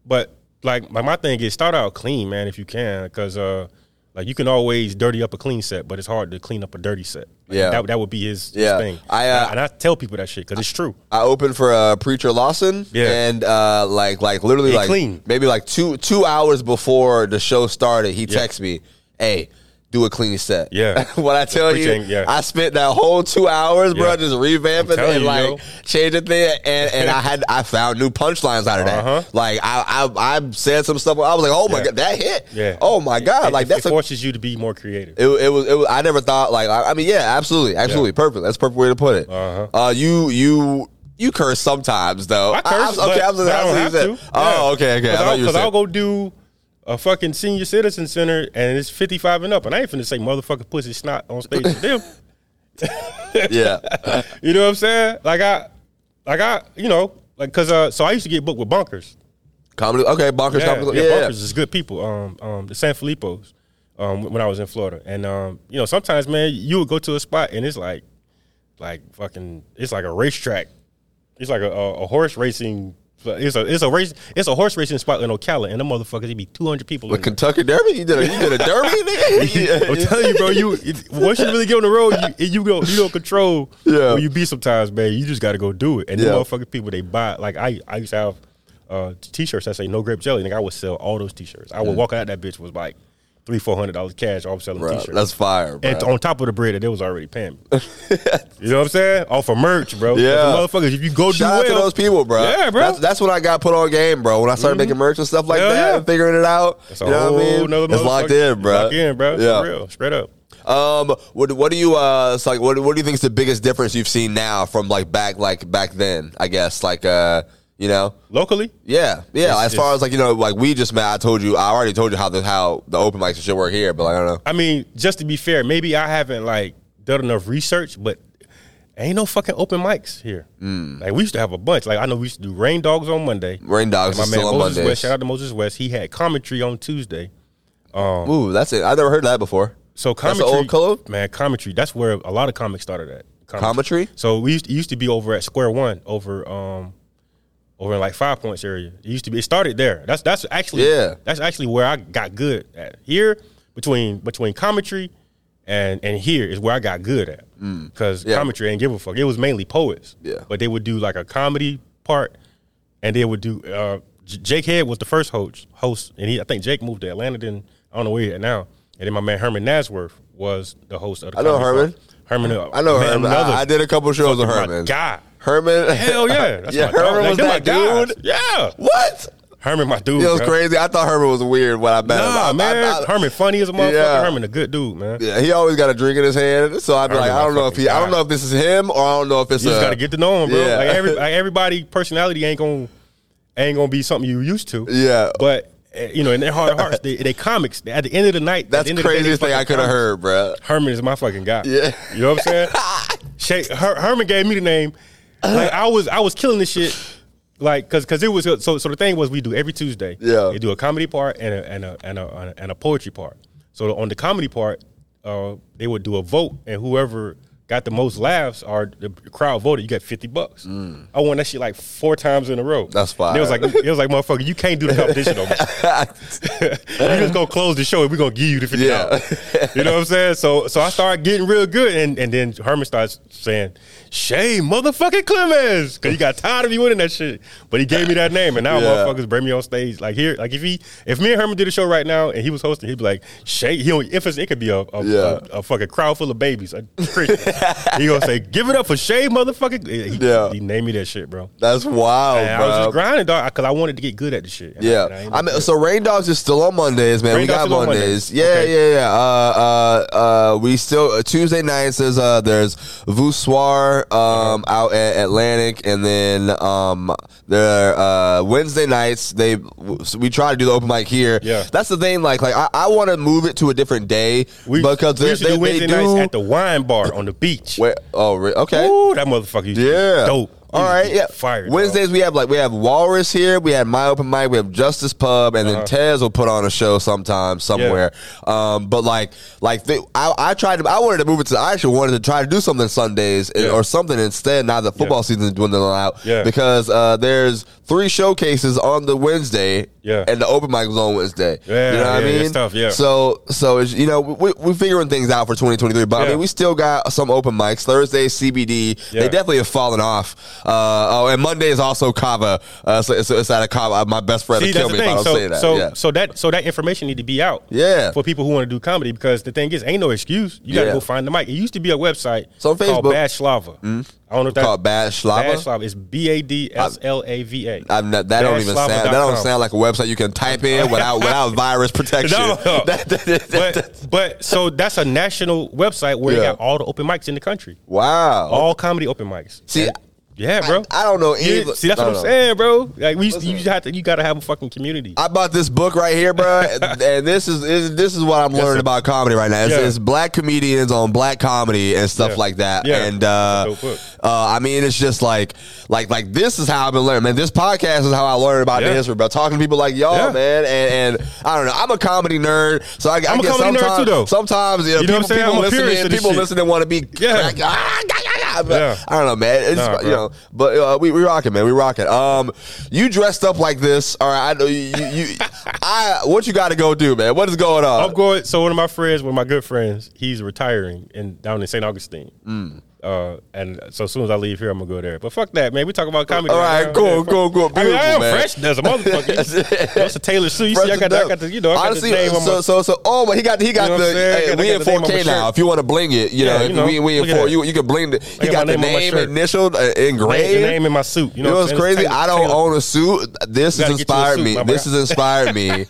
A: but like my, my thing is start out clean, man, if you can, because uh, like you can always dirty up a clean set, but it's hard to clean up a dirty set. Like,
B: Yeah.
A: that, that would be his, his
B: Yeah.
A: thing.
B: I, uh,
A: and, I, and I tell people that shit because it's true.
B: I opened for uh, preacher Lawson,
A: Yeah.
B: and uh, like like literally
A: He
B: like
A: clean.
B: maybe like two two hours before the show started, he
A: Yeah.
B: texted me, "Hey, do a clean set." [LAUGHS]
A: Yeah.
B: what I tell you,
A: Preaching, yeah.
B: I spent that whole two hours, bro,
A: Yeah.
B: just revamping
A: telling
B: and
A: you,
B: like
A: yo.
B: changing things, and and I had I found new punchlines out of that.
A: Uh-huh.
B: Like I, I I said some stuff. I was like, "Oh my
A: Yeah.
B: god, that hit!"
A: Yeah.
B: Oh my god,
A: It-
B: like
A: it,
B: that's
A: it
B: a
A: forces you to be more creative.
B: it, it was. It was. I never thought like. I, I mean, yeah, absolutely, absolutely, perfect. That's a perfect way to put it.
A: Uh-huh.
B: Uh, you you you curse sometimes though.
A: I curse,
B: I'm-
A: but,
B: I'm just-
A: but I
B: I'm
A: don't
B: just-
A: have to.
B: Oh, okay, okay. I thought you were
A: Because I'll
B: saying.
A: go do a fucking senior citizen center and it's 55 and up, and I ain't finna say motherfucking pussy snot on stage to
B: [LAUGHS]
A: them. [LAUGHS]
B: Yeah,
A: You know what I'm saying? Like I, like I, you know, like cause uh, so I used to get booked with bunkers.
B: comedy. Okay, bonkers.
A: Yeah,
B: comedy.
A: yeah,
B: Yeah,
A: Bunkers is good people. Um, um, the San Filippo's, um, when I was in Florida, and um, you know, sometimes man, you would go to a spot and it's like, like fucking, it's like a racetrack. It's like a, a, a horse racing. It's a it's a race. It's a horse racing spot in Ocala, and the motherfuckers it be two hundred people. in
B: But
A: there.
B: Kentucky Derby. You did a you
A: [LAUGHS]
B: did a derby. [LAUGHS] nigga?
A: I'm telling you, bro. You it, once you really get on the road, you you go you don't control
B: Yeah.
A: where you be sometimes, man. You just got to go do it. And
B: Yeah.
A: the motherfucking people they buy like I I used to have uh, t-shirts that say no grape jelly. Like I would sell all those t-shirts. I would walk out that bitch was like three four hundred dollars cash. off selling
B: Bro,
A: t-shirts.
B: that's fire, bro.
A: and on top of the bread that they was already paying
B: [LAUGHS]
A: me. you know what I'm saying? Off of merch, bro. 'Cause
B: Yeah.
A: the motherfuckers. If you go
B: Shout out
A: do well,
B: to those people, bro.
A: Yeah, bro. Mm-hmm.
B: That's, that's when I got put on game, bro. When I started making merch and stuff like
A: Hell
B: that,
A: yeah.
B: and figuring it out.
A: That's a
B: you know
A: whole
B: what I mean?
A: nother
B: It's locked
A: motherfucker.
B: in, bro.
A: Locked in, bro.
B: Yeah.
A: For real, straight up.
B: Um, what what do you uh? It's like what what do you think is the biggest difference you've seen now from like back like back then? I guess like uh, you know,
A: Locally,
B: yeah, yeah.
A: It's-
B: as far
A: it's-
B: as like you know, like we just met. I told you, I already told you how the how the open mics and shit work here, but like I don't know.
A: I mean, just to be fair, maybe I haven't like done enough research, but ain't no fucking open mics here. Like we used to have a bunch. Like I know we used to do Rain Dogs on Monday.
B: Mm. Rain Dogs
A: And my
B: is
A: man
B: still on
A: Moses
B: Mondays.
A: West. Shout out to Moses West. He had commentary on Tuesday.
B: Ooh, that's it. I never heard that before.
A: So
B: That's
A: commentary,
B: the old cologne?
A: man, commentary. That's where a lot of comics started at.
B: Commentary?
A: So we used, it used to be over at Square One, over um, over in like Five Points area. It used to be. It started there. That's that's actually
B: Yeah.
A: That's actually where I got good at. Here between between commentary and and here is where I got good at. because
B: Mm. Yeah.
A: commentary ain't give a fuck. It was mainly poets.
B: Yeah.
A: but they would do like a comedy part, and they would do. Uh, J- Jake Head was the first host, host, and he I think Jake moved to Atlanta. Then I don't know where he at now. And then my man Herman Nasworth was the host of the.
B: I know
A: comedy part.
B: Herman.
A: Herman, uh,
B: I know
A: man,
B: Herman.
A: another
B: I, I did a couple shows with
A: my
B: Herman.
A: guy. [LAUGHS]
B: Herman.
A: Hell
B: [LAUGHS]
A: yeah, that's
B: yeah,
A: my dog.
B: Herman was
A: they're
B: that
A: my
B: dude.
A: guys. Yeah,
B: What?
A: Herman, my dude.
B: It was
A: bro.
B: crazy. I thought Herman was weird when I met him. I-
A: Nah,
B: I-
A: man.
B: I-
A: Herman funny as a motherfucker.
B: Yeah.
A: Herman a good dude, man.
B: Yeah, he always got a drink in his hand, so I'd be
A: Herman,
B: like, I don't know if he, I don't
A: my
B: know if this is him, or I don't know if it's.
A: You
B: a,
A: just gotta get to know him, bro.
B: Yeah.
A: Like
B: [LAUGHS]
A: every like everybody personality ain't gonna ain't gonna be something you used to.
B: Yeah.
A: But eh, you know, in their heart of
B: [LAUGHS]
A: hearts, they, they comics. At the end of the night, at
B: That's
A: the end
B: the
A: of the day,
B: craziest
A: they
B: thing I
A: fucking
B: could have
A: comics.
B: heard, bruh.
A: Herman is my fucking guy.
B: Yeah.
A: You know what
B: [LAUGHS]
A: I'm saying? Shay, Her, Herman gave me the name. Like I was I was killing this shit. Like, cause, cause it was so. So the thing was, we do every Tuesday.
B: Yeah.
A: we do a comedy part and a and a and a, and a poetry part. So on the comedy part, uh, they would do a vote, and whoever got the most laughs or the crowd voted, you got fifty bucks. I won that shit like four times in a row.
B: Mm. That's fire.
A: And It was like it was like motherfucker, you can't do the competition no more. you just gonna close the show and we're gonna give you the fifty
B: Yeah.
A: dollars. you know what I'm saying? So so I started getting real good and, and then Herman starts saying, Shay, motherfucking Clemens. Cause he got tired of me winning that shit. But he gave me that name and now
B: Yeah.
A: motherfuckers bring me on stage. Like here, like if he if me and Herman did a show right now and he was hosting, he'd be like, Shay, he'll if it's, it could be a a,
B: Yeah.
A: a a fucking crowd full of babies. A Christian. he gonna say, Give it up for Shay, motherfucking he,
B: Yeah.
A: he named me that shit, bro.
B: [LAUGHS] That's wild,
A: And I
B: bro.
A: was just grinding, dog, because I wanted to get good at the shit. And I- and I
B: yeah,
A: ain't
B: I mean, so Rain Dogs is still on Mondays, man.
A: Rain
B: we
A: Dogs
B: got
A: still on Monday.
B: Mondays. Yeah,
A: Okay.
B: yeah, yeah. Uh, uh, uh, we still uh, Tuesday nights. There's uh, there's Voussoir um, out at Atlantic, and then um, there uh, Wednesday nights. They we try to do the open mic here.
A: Yeah.
B: that's the thing. Like, like I, I want to move it to a different day
A: We,
B: because
A: we
B: they,
A: used to
B: they,
A: do Wednesday
B: they do.
A: nights at the wine bar on the beach.
B: Wait, oh, re- okay.
A: Ooh, that motherfucker used to
B: Yeah.
A: be dope. He
B: All
A: used to
B: right.
A: be
B: Yeah.
A: Fire. dog.
B: Wednesdays we have like we have Walrus here. We have My Open Mic. We have Justice Pub, and
A: Uh-huh.
B: then Tez will put on a show sometime somewhere. Um, but like like they, I, I tried to I wanted to move it to I actually wanted to try to do something Sundays and-
A: Yeah.
B: or something instead. Now that football season's dwindling out,
A: Yeah.
B: because uh, there's three showcases on the Wednesday,
A: Yeah.
B: and the open mic was on Wednesday.
A: Yeah,
B: you know what
A: yeah,
B: I
A: it's
B: mean?
A: tough, yeah.
B: So so it's, you know we, we're figuring things out for 2023, but I
A: Yeah.
B: mean we still got some open mics. Thursday CBD. They
A: Yeah.
B: definitely have fallen off. Uh, oh, and Monday is also Kava. Uh, so, so it's at a Kava. Uh, My best friend
A: See,
B: will kill
A: that's
B: me
A: the
B: if I
A: thing.
B: don't
A: So,
B: say that.
A: so,
B: yeah.
A: so that so that information need to be out.
B: Yeah.
A: For people who want to do comedy, because the thing is, ain't no excuse. You got to
B: Yeah.
A: go find the mic. It used to be a website
B: It's on
A: called
B: Facebook. Mm-hmm.
A: Bad Slava. I don't know if that's
B: called Bad Slava?
A: Bad Slava. It's B A D S L A V A.
B: I'm not, that don't even sound. That don't
A: Badslava.com.
B: sound like a website you can type in without
A: [LAUGHS]
B: without virus protection.
A: No, no.
B: [LAUGHS] That- that- that-
A: [LAUGHS] But
B: [LAUGHS]
A: but so that's a national website where they
B: Yeah.
A: got all the open mics in the country,
B: wow.
A: all comedy open mics.
B: See,
A: And- Oh, yeah, bro.
B: I don't know
A: Yeah,
B: any-
A: see, that's
B: no,
A: what I'm
B: no.
A: saying, bro. Like we, used to- you just have to, you gotta have a fucking community.
B: I bought this book right here, bro,
A: [LAUGHS]
B: and this is is- this is what I'm
A: sir.
B: learning about comedy right now. It's,
A: Yeah.
B: it's black comedians on black comedy and stuff
A: Yeah.
B: like that.
A: Yeah.
B: And uh,
A: Dope book.
B: uh, I mean, it's just like like like this is how I've been learning, man. This podcast is how I learned about the
A: Yeah.
B: history, bro. Talking to people like y'all,
A: Yeah.
B: man, and, and I don't know. I'm a comedy nerd, so I, I
A: I'm a
B: get
A: comedy nerd,
B: sometimes,
A: too, though.
B: Sometimes you know,
A: You know what I'm
B: people,
A: saying?
B: people
A: I'm a purist
B: listening,
A: of this
B: people
A: shit.
B: listening want to be
A: Yeah.
B: like, ah, gah, gah, gah," but
A: Yeah.
B: I don't know, man. It's,
A: Nah,
B: you
A: bro.
B: know, but uh, we we rocking, man. We rocking. Um, you dressed up like this. All right, I know you. you, [LAUGHS] you I what you got to go do, man? What is going on?
A: I'm going. So one of my friends, one of my good friends, he's retiring and down in St. Augustine.
B: Mm.
A: Uh, and so as soon as I leave here, I'm gonna go there. But fuck that, man. We talking about comedy.
B: All right,
A: now.
B: cool,
A: Yeah, fuck-
B: cool, cool.
A: I mean, I
B: Beautiful,
A: am
B: man.
A: fresh as a
B: [LAUGHS]
A: motherfucker. That's a Taylor suit. You see, I got, the, I got the, you know, I got
B: Honestly,
A: the name on
B: so
A: my-
B: so so. Oh, but he got he got
A: know what
B: the.
A: I'm saying?
B: hey,
A: I got- I
B: we
A: got
B: in
A: the name on
B: 4K
A: my
B: now.
A: shirt.
B: If you want to bling it, you
A: Yeah,
B: know,
A: you know.
B: we, we in
A: Look at
B: 4
A: that.
B: You you can bling it. He
A: got
B: got,
A: my
B: the
A: name on my
B: name
A: shirt.
B: initialed uh,
A: the
B: engraved.
A: name in my suit. You
B: You
A: know,
B: know
A: what
B: what's
A: I'm saying?
B: crazy?
A: It's
B: I
A: Taylor-
B: don't
A: Taylor.
B: own a suit. This has
A: gotta get you a
B: inspired
A: suit,
B: me.
A: my
B: This
A: boy.
B: has
A: [LAUGHS]
B: inspired me.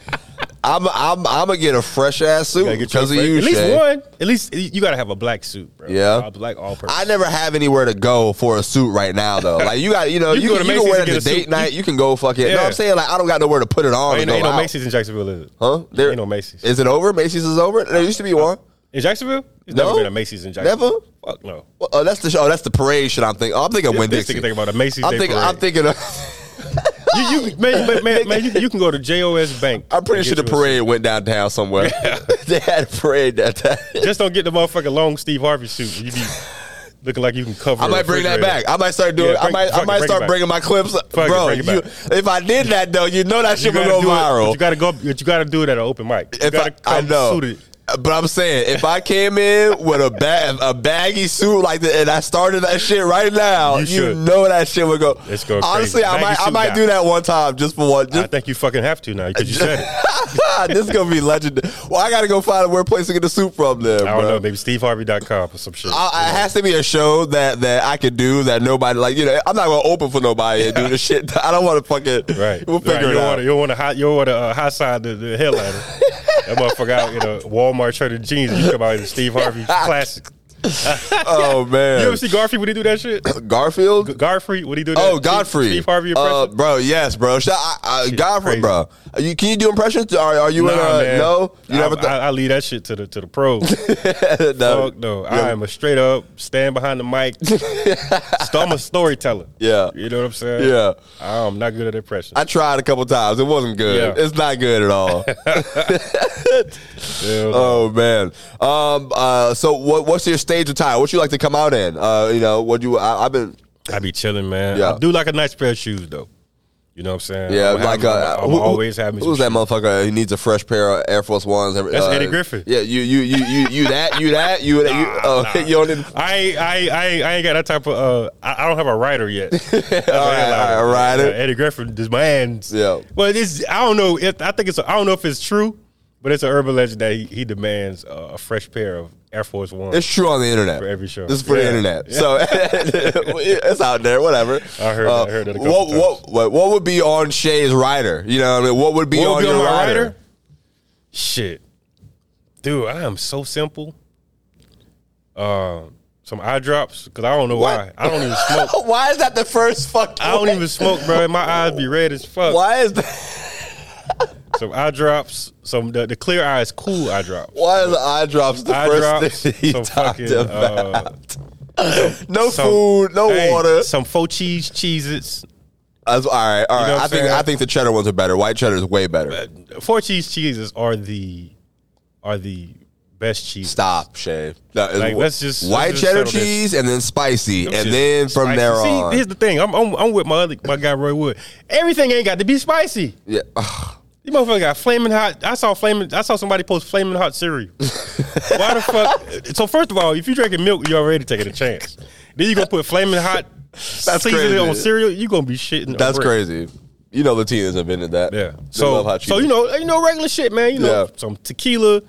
B: I'm I'm I'm gonna get a fresh ass suit
A: Gotta get you
B: because
A: a
B: of
A: fresh-
B: you.
A: At least
B: Shay.
A: one. At least you gotta have a black suit, bro.
B: Yeah.
A: a black all purpose.
B: I never have anywhere to go for a suit right now
A: [LAUGHS]
B: though. Like you got you know you,
A: You go
B: can,
A: to
B: you can
A: Macy's
B: wear it
A: and
B: at the
A: get a
B: date
A: suit.
B: night. You can go fuck it. You know what
A: Yeah. Oh,
B: I'm saying? Like I don't got nowhere to put it on.
A: ain't
B: to go
A: ain't no
B: out.
A: Macy's in Jacksonville, is it?
B: Huh? There-
A: ain't no Macy's. Uh,
B: Is it over? Macy's is over. There used to be one.
A: In Jacksonville? There's
B: No.
A: never been a Macy's in Jacksonville.
B: Never?
A: Fuck no.
B: Well, Oh, that's the show. Oh, that's the parade shit. I'm thinking. Oh, I'm thinking Win
A: This
B: Dixie.
A: nigga thinking about a Macy's
B: I'm
A: Day
B: thinking. I'm
A: parade.
B: thinking. Of, [LAUGHS]
A: you, you, man, man, man, man, you, you can go to JOS Bank.
B: I'm pretty
A: and
B: sure
A: get
B: the
A: you a
B: parade went downtown
A: [LAUGHS]
B: somewhere. [LAUGHS] they had a parade that time.
A: suit. [LAUGHS] Just don't get the motherfucking long Steve Harvey suit.
B: [LAUGHS]
A: You be looking like you can cover.
B: I
A: a
B: might bring that
A: refrigerator.
B: back. I might start doing.
A: Yeah,
B: I
A: bring-
B: might. I
A: fuck it,
B: might
A: bring it
B: start
A: back.
B: bringing my clips,
A: it,
B: bro.
A: bring it
B: you,
A: back.
B: if I did that though, you know that
A: You
B: shit would
A: gotta
B: go
A: do it- but
B: viral.
A: you gotta go. but You gotta do it at an open mic. You
B: if
A: gotta
B: I, I
A: come
B: know.
A: suited.
B: But I'm saying, if I came in with a bag, a baggy suit like that, and I started that shit right now,
A: You
B: you,
A: should.
B: know that shit would go.
A: It's go
B: Honestly,
A: crazy.
B: I
A: Baggy
B: might, I
A: suit
B: might
A: guy.
B: do that one time just for one.
A: I
B: Just,
A: think you fucking have to now because you said it.
B: [LAUGHS] this is gonna be legendary. Well, I gotta go find where place to get the suit from, then,
A: I don't
B: bro.
A: know, maybe steveharvey.com or some shit.
B: I, it has to be a show that that I could do that nobody like you know I'm not gonna open for nobody and
A: [LAUGHS]
B: do this shit. I don't want to fucking
A: Right.
B: We'll
A: Right,
B: figure
A: you
B: it
A: don't
B: out.
A: Wanna, you don't want to hot. You don't want to uh, high side the, the headliner.
B: [LAUGHS]
A: that motherfucker out in a Walmart shirt and jeans. And you come out in a Steve
B: [LAUGHS]
A: Harvey classic. [LAUGHS]
B: oh
A: You
B: man,
A: ever see Garfield when he do that shit?
B: Garfield.
A: Godfrey when he do that?
B: Oh,
A: Steve-
B: Godfrey.
A: Steve Harvey
B: Uh,
A: impression.
B: bro, yes, bro. Shout, I, I, Godfrey,
A: crazy.
B: bro. Are you, can you do impressions? Are, are you in
A: Nah,
B: a,
A: man.
B: no? You
A: I,
B: never
A: I, I leave that shit to the to the
B: [LAUGHS]
A: pros.
B: thought? no.
A: Fuck no. I am a straight up stand behind the
B: [LAUGHS]
A: mic. st- I'm a storyteller.
B: Yeah.
A: You know what I'm saying?
B: Yeah.
A: I'm not good at impressions.
B: I tried a couple times. It wasn't good.
A: Yeah.
B: It's not good
A: [LAUGHS]
B: at all.
A: Yeah.
B: oh man. Um. Uh. So what? What's your stage attire? What you like to come out in? Uh. You know what you? I, I've been.
A: I be chilling, man.
B: Yeah.
A: I do like a nice pair of shoes though. You know what I'm saying?
B: Yeah,
A: I'm
B: like uh,
A: I'm
B: who- who-
A: always having.
B: Who's that motherfucker? He needs a fresh pair of Air Force Ones. every-
A: That's
B: uh,
A: Eddie Griffin.
B: Yeah, you, you, you, you, you that, you
A: [LAUGHS]
B: that, you, that, you. Oh, [LAUGHS] you don't need.
A: I ain't- I ain't- I ain't- I ain't got that type of uh I, I don't have a writer yet.
B: [LAUGHS]
A: That's a
B: right,
A: headliner.
B: all right, a writer.
A: Uh, Eddie Griffin is my hands.
B: Yeah.
A: But it's I don't know if I think it's a, I don't know if it's true, but it's an urban legend that he, he demands uh, a fresh pair of Air Force One.
B: It's true on the internet.
A: For every show.
B: This is for the
A: Yeah.
B: internet. So [LAUGHS] it's out there, whatever. Uh,
A: I heard that- I heard that a couple
B: what, what, what, what would be on Shay's rider? You know what I mean? What would be
A: What
B: on
A: would be
B: your
A: on my
B: rider?
A: rider? Shit, dude, I am so simple. Uh, some eye drops because I don't know
B: What?
A: why I don't even smoke.
B: [LAUGHS] Why is that the first fuck?
A: I don't even smoke, bro. My eyes be red as fuck.
B: [LAUGHS] Why is that?
A: Some eye drops, some the, the clear eyes, cool eye drops.
B: Why is eye drops the
A: Eye
B: first
A: drops,
B: thing [LAUGHS] he
A: some
B: talked
A: fucking
B: about?
A: uh,
B: no
A: some-
B: food, no
A: hey,
B: water.
A: some faux cheese cheeses.
B: That's, all right, all right.
A: know what
B: I
A: I'm
B: think
A: saying?
B: I think the cheddar ones are better. White cheddar is way better.
A: Four cheese cheeses are the are the best cheeses.
B: Stop, Shay. No, it's
A: Like, let's just- let's
B: white
A: just
B: cheddar
A: settle this.
B: cheese and then spicy,
A: Them
B: and
A: shit
B: then from
A: spicy.
B: there
A: See,
B: on,
A: here's the thing. I'm, I'm I'm with my other my guy Roy Wood. Everything ain't got to be spicy. [LAUGHS]
B: yeah. [SIGHS]
A: These motherfucker got flaming hot. I saw flaming. I saw somebody post flaming hot cereal.
B: [LAUGHS]
A: Why the fuck? So first of all, if you drinking milk, you already taking a chance. Then you gonna put flaming hot seasoning
B: crazy.
A: on cereal. You gonna be shitting. a
B: That's
A: brick.
B: crazy. You know Latinos invented that.
A: Yeah.
B: They love
A: So
B: hot
A: so
B: Cheetos.
A: you know you know regular shit, man. You know
B: Yeah.
A: some tequila.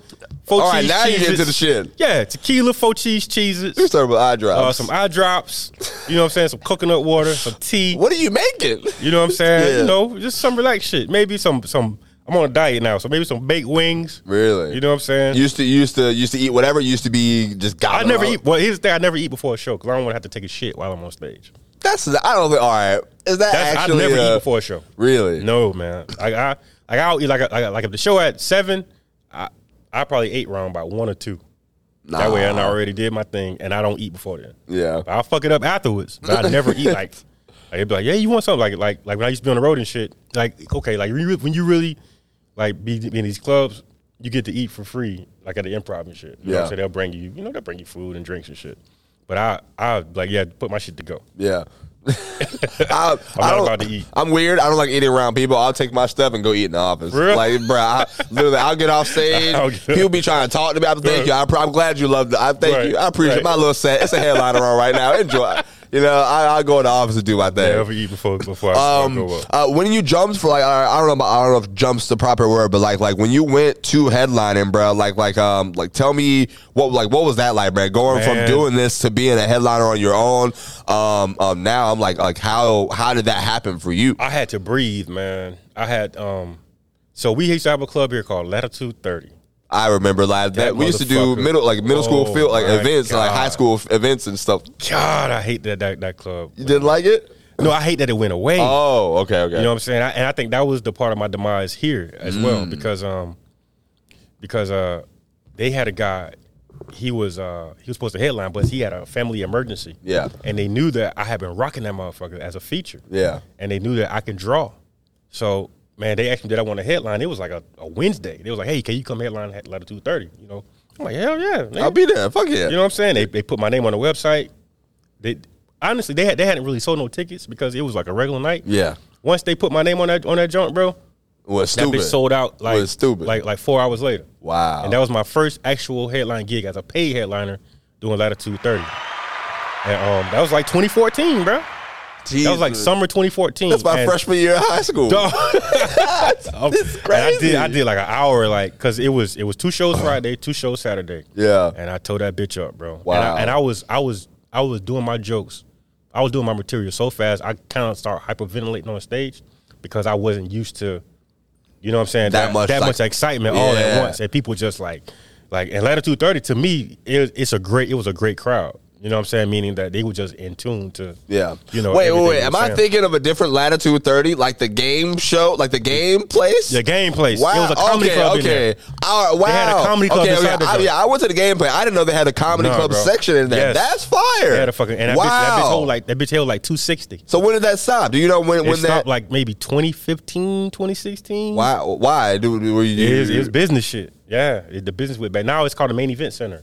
A: Four
B: All right,
A: cheese
B: now you get
A: Cheez-Its.
B: into the shit.
A: Yeah, tequila, four cheese
B: you
A: cheeses,
B: started with eye drops.
A: uh, some eye drops. You know what I'm saying? Some coconut water, some tea.
B: what are you making?
A: You know what I'm saying?
B: Yeah.
A: You know, just some relaxed shit. Maybe some some. I'm on a diet now, so maybe some baked wings.
B: Really?
A: You know what I'm saying?
B: used to used to used to eat whatever used to be just
A: I
B: gobbled.
A: never
B: up.
A: eat. Well, here's the thing: I never eat before a show because I don't want to have to take a shit while I'm on stage.
B: That's I don't think. All right, is that
A: That's,
B: actually?
A: I never
B: uh,
A: eat before a show.
B: Really?
A: No, man. Like I, like I'll eat like I- like, like if the show at seven, I I probably ate around by one or two. That way, I done already did my thing, and I don't eat before then.
B: Ah. Yeah.
A: But I'll fuck it up afterwards. But I never eat like.
B: [LAUGHS]
A: like it'd be like, yeah, you want something like like like when I used to be on the road and shit. Like okay, like when you, when you really like be, be in these clubs, you get to eat for free, like at the improv and shit. You know what
B: Yeah.
A: I'm saying? They'll bring you, you know, they'll bring you food and drinks and shit. But I I like yeah, put my shit to go. [LAUGHS]
B: Yeah. I, I'm
A: not about to eat.
B: I'm weird. I don't like eating around people. I'll take my stuff and go eat in the office.
A: Real?
B: Like, bro, I, literally, I'll
A: [LAUGHS]
B: get off stage.
A: I'll get-
B: People be trying to talk to me. I'm thank
A: Right.
B: you. I, I'm glad you loved it. I thank
A: Right,
B: you. I appreciate
A: right.
B: my little set. It's a headliner on right now. Enjoy. You know, I, I'll go in the office and do my thing.
A: Never eat before before I
B: Um,
A: go up.
B: uh, when you jumped for like I, I don't know I don't know if jumps the proper word, but like like when you went to headlining, bro, like like um like tell me what like what was that like, bro? Going from
A: Man.
B: doing this to being a headliner on your own, um um now I'm like like how how did that happen for you?
A: I had to breathe, man. I had um so we used to have a club here called Latitude 30.
B: I remember like that,
A: That
B: we used to do
A: motherfucker.
B: middle like middle school
A: Oh
B: field like
A: my
B: events like high
A: God.
B: school f- events and stuff.
A: God, I hate that that, that club.
B: You didn't like it?
A: No, I hate that it went away.
B: Oh, okay, okay.
A: Mm. You know what I'm saying? I, and I think that was the part of my demise here as
B: Mm.
A: well because um because uh they had a guy he was uh he was supposed to headline but he had a family emergency.
B: Yeah.
A: And they knew that I had been rocking that motherfucker as a feature.
B: Yeah.
A: And they knew that I can draw. So man, they asked me did I want a headline. It was like a, a Wednesday. They was like, "Hey, can you come headline at latitude 30?" You know. I'm like, "Hell yeah." nigga."
B: I'll be there. Fuck yeah.
A: You know what I'm saying? They, they put my name on the website. They honestly they had they hadn't really sold no tickets because it was like a regular night.
B: Yeah.
A: Once they put my name on that on that joint, bro,
B: was
A: That
B: stupid.
A: bitch sold out like
B: Was stupid.
A: like like four hours later.
B: Wow.
A: And that was my first actual headline gig as a paid headliner doing Latitude 30. And um, that was like 2014, bro. That was like
B: Jesus.
A: summer 2014.
B: That's my
A: And-
B: freshman year of high school.
A: Dog. [LAUGHS]
B: this is
A: And I did
B: crazy. Uh-huh.
A: I did like an hour like cuz it was it was two shows Friday, two shows Saturday.
B: Yeah.
A: And I tore that bitch up, bro. And
B: Wow.
A: I, and I was I was I was doing my jokes. I was doing my material so fast I kind of started hyperventilating on stage because I wasn't used to you know what I'm saying
B: That much,
A: that
B: like-
A: much excitement all
B: Yeah.
A: at once and people just like like and latitude 30 to me it, it's a great it was a great crowd. You know what I'm saying? Meaning that they were just in tune to
B: Yeah.
A: You know
B: Wait, wait,
A: everything
B: wait.
A: we
B: Am
A: were
B: I
A: saying.
B: thinking of a different latitude thirty, like the game show, like the game place?
A: the game place.
B: Wow.
A: It was a comedy
B: okay,
A: club in
B: okay.
A: there.
B: All right, wow.
A: had a comedy club
B: okay,
A: inside
B: okay.
A: the
B: I,
A: joint.
B: yeah, I went to the game place. I didn't know they had a comedy
A: Nah,
B: club
A: bro.
B: section in there.
A: Yes.
B: That's fire.
A: They had a fucking and that,
B: wow.
A: bitch, that bitch hold like that bitch held like 260.
B: so when did that stop? Do you know when
A: It
B: when that?
A: stopped like maybe 2015, 2016.
B: why? Why? Do, do, were you?
A: It is, it's business shit. Yeah, it- the business with but now it's called the main event center.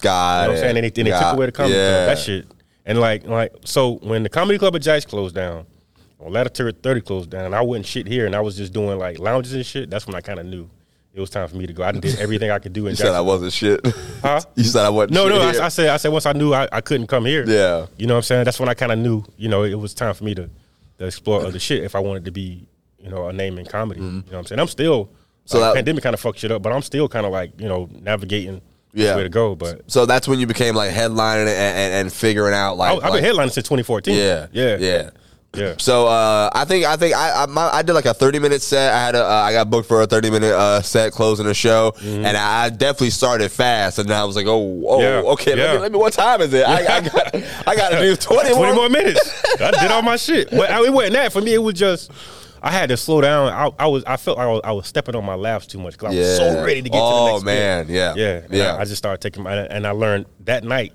B: God.
A: You know what I'm saying? And they, and they took away the comedy club. That shit. And like like so when the comedy club at Jack's closed down, or Latitude 30 closed down, and I wasn't shit here and I was just doing like lounges and shit, that's when I kind of knew it was time for me to go. I done did everything I could do in
B: You said I
A: Jackson.
B: wasn't shit.
A: Huh?
B: [LAUGHS] You said I wasn't.
A: No,
B: shit
A: no,
B: here.
A: I, I said I said once I knew I, I couldn't come here.
B: Yeah.
A: You know what I'm saying? That's when I kind of knew, you know, it was time for me to, to explore other shit if I wanted to be, you know, a name in comedy. You know what I'm saying? I'm still
B: Mm-hmm. So
A: so
B: that-
A: pandemic kind of fucked shit up, but I'm still kind of like, you know, navigating
B: Yeah.
A: where to go, but
B: so that's when you became like headlining and, and, and figuring out like
A: I, I've
B: like-
A: been headlining since 2014.
B: Yeah,
A: Yeah.
B: yeah. [LAUGHS]
A: Yeah.
B: So uh, I think I think I I, my, I did like a thirty minute set. I had a uh, I got booked for a thirty minute uh, set closing the show,
A: Mm-hmm.
B: and I definitely started fast. And I was like, oh, oh,
A: Yeah,
B: okay. Let,
A: yeah.
B: me, let me. What time is it?
A: [LAUGHS]
B: I, I got I got to do twenty
A: 20
B: more.
A: more
B: [LAUGHS]
A: minutes. I did all my shit. But I, it wasn't that. For me, it was just, I had to slow down. I, I was, I felt like I was, I was stepping on my laps too much because I was so ready to get
B: oh,
A: to the next bit.
B: man, yeah,
A: Yeah, and
B: yeah.
A: I, I just started taking my, and I learned that night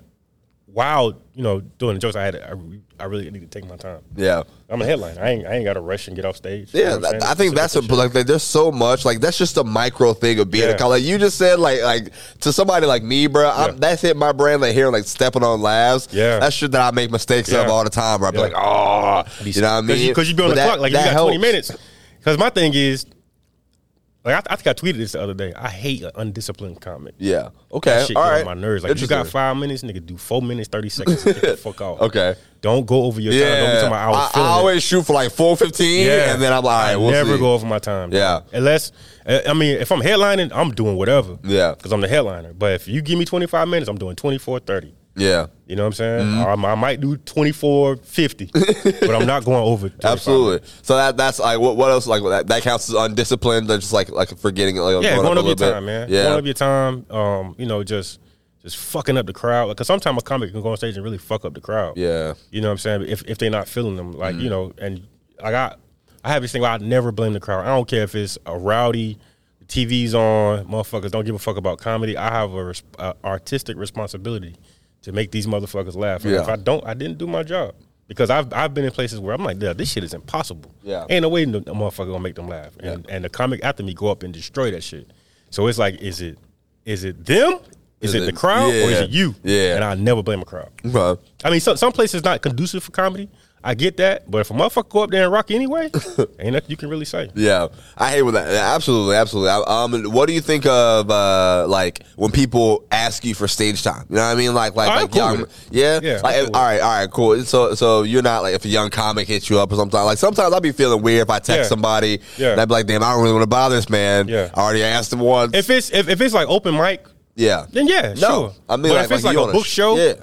A: while you know doing the jokes, I had to, I, re- I really need to take my time.
B: yeah.
A: I'm a headline. I ain't I ain't got to rush and get off stage. You know
B: Yeah,
A: what I'm
B: that-
A: saying?
B: I think that's what, like, like there's so much like that's just a micro thing of being a
A: Yeah.
B: college. Like you just said like like to somebody like me, bro, I'm,
A: Yeah.
B: that's hit my brain like hearing like stepping on labs.
A: Yeah.
B: that's shit that I make mistakes of
A: Yeah.
B: all the time. Where I be
A: Yeah.
B: like, oh, you know what I mean?
A: because you, be on
B: But
A: the
B: that-
A: clock like you
B: that
A: got 20
B: helps.
A: minutes. Because my thing is, like I, I think I tweeted this the other day. I hate an undisciplined comic.
B: Yeah.
A: That
B: Okay.
A: shit
B: all
A: get
B: right.
A: on my nerves. Like you got
B: Interesting.
A: five minutes, nigga. Do four minutes, thirty seconds. And get
B: [LAUGHS]
A: the fuck off.
B: Okay.
A: Don't go over your time. Don't be
B: Yeah.
A: talking about I was
B: I, I
A: feeling it.
B: always shoot for like four fifteen, and then I'm like, all right,
A: I
B: we'll
A: never
B: see.
A: go over my time.
B: Yeah.
A: unless uh, I mean, if I'm headlining, I'm doing whatever.
B: Yeah.
A: because I'm the headliner. But if you give me 25 minutes, I'm doing 24, 30.
B: Yeah.
A: You know what I'm saying?
B: Mm-hmm.
A: Or I'm- i might do 24,
B: [LAUGHS]
A: 50, but I'm not going over. 25
B: Absolutely. So that that's like what, what else like that, that counts as undisciplined. They're just like like forgetting like
A: Yeah,
B: going,
A: going,
B: up
A: over
B: a
A: your
B: little bit.
A: time, man.
B: Yeah.
A: Going over your time. Um, you know, just just fucking up the crowd. Because sometimes a comic can go on stage and really fuck up the crowd.
B: Yeah.
A: You know what I'm saying? If if they're not feeling them, like
B: Mm.
A: you know, and like I, I have this thing where I never blame the crowd. I don't care if it's a rowdy, TV's on, motherfuckers don't give a fuck about comedy. I have a, res- a artistic responsibility to make these motherfuckers laugh. And
B: Yeah.
A: If I don't, I didn't do my job. Because I've, I've been in places where I'm like, yeah, this shit is impossible.
B: Yeah.
A: Ain't no way no, no motherfucker gonna make them laugh. And, and the comic after me go up and destroy that shit. So it's like, is it is it them? Is,
B: Is
A: it,
B: it-
A: the crowd or is it
B: yeah.
A: you?
B: Yeah.
A: And I never blame a crowd.
B: Bro.
A: I mean, some some places not conducive for comedy. I get that, but if a motherfucker go up there and rock anyway, ain't nothing you can really say.
B: Yeah, I hate when that. yeah, Absolutely, absolutely. I- Um, what do you think of uh, like when people ask you for stage time? You know what I mean? Like, like,
A: I'm
B: like
A: cool
B: young,
A: with it.
B: yeah.
A: Yeah, I'm
B: Like,
A: cool with
B: all right, all right, cool. So, so you're not like if a young comic hits you up or something. Like sometimes I'll be feeling weird if I
A: Yeah.
B: text somebody.
A: Yeah.
B: And I'd be like, damn, I don't really want to bother this man.
A: Yeah.
B: I already asked him once.
A: If it's if, if it's like open mic,
B: yeah.
A: then yeah,
B: No.
A: sure.
B: I mean,
A: but
B: like-
A: if it's
B: like
A: like,
B: you on
A: a
B: a
A: book
B: sh-
A: show,
B: yeah.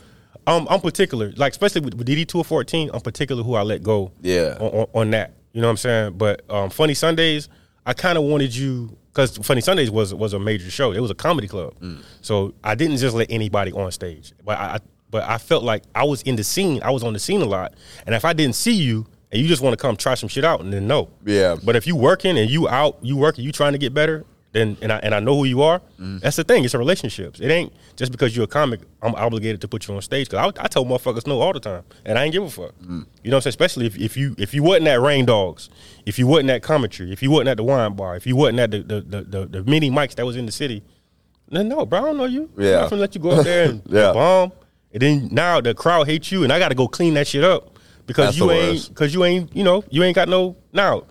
A: um, I'm particular, like especially with, with DD two fourteen, I'm particular who I let go.
B: Yeah.
A: on, on, on that, you know what I'm saying. But um, Funny Sundays, I kind of wanted you because Funny Sundays was was a major show. It was a comedy club,
B: Mm.
A: so I didn't just let anybody on stage. But I, I but I felt like I was in the scene. I was on the scene a lot, and if I didn't see you. And you just want to come try some shit out, and then no.
B: Yeah.
A: But if you working and you out, you working, you trying to get better, then and I and I know who you are.
B: Mm.
A: That's the thing. It's relationships. It ain't just because you're a comic. I'm obligated to put you on stage because I, I tell motherfuckers no all the time, and I ain't give a fuck.
B: Mm.
A: You know what I'm saying? Especially if, if you if you wasn't at Rain Dogs, if you wasn't at Commentary, if you wasn't at the wine bar, if you wasn't at the the the, the, the mini mics that was in the city, then no, bro, I don't know you.
B: Yeah.
A: I'm not gonna let you go up there and
B: [LAUGHS] Yeah.
A: bomb, and then now the crowd hates you, and I got to go clean that shit up because
B: That's
A: you
B: the
A: ain't
B: worst.
A: because you ain't you know you ain't got no now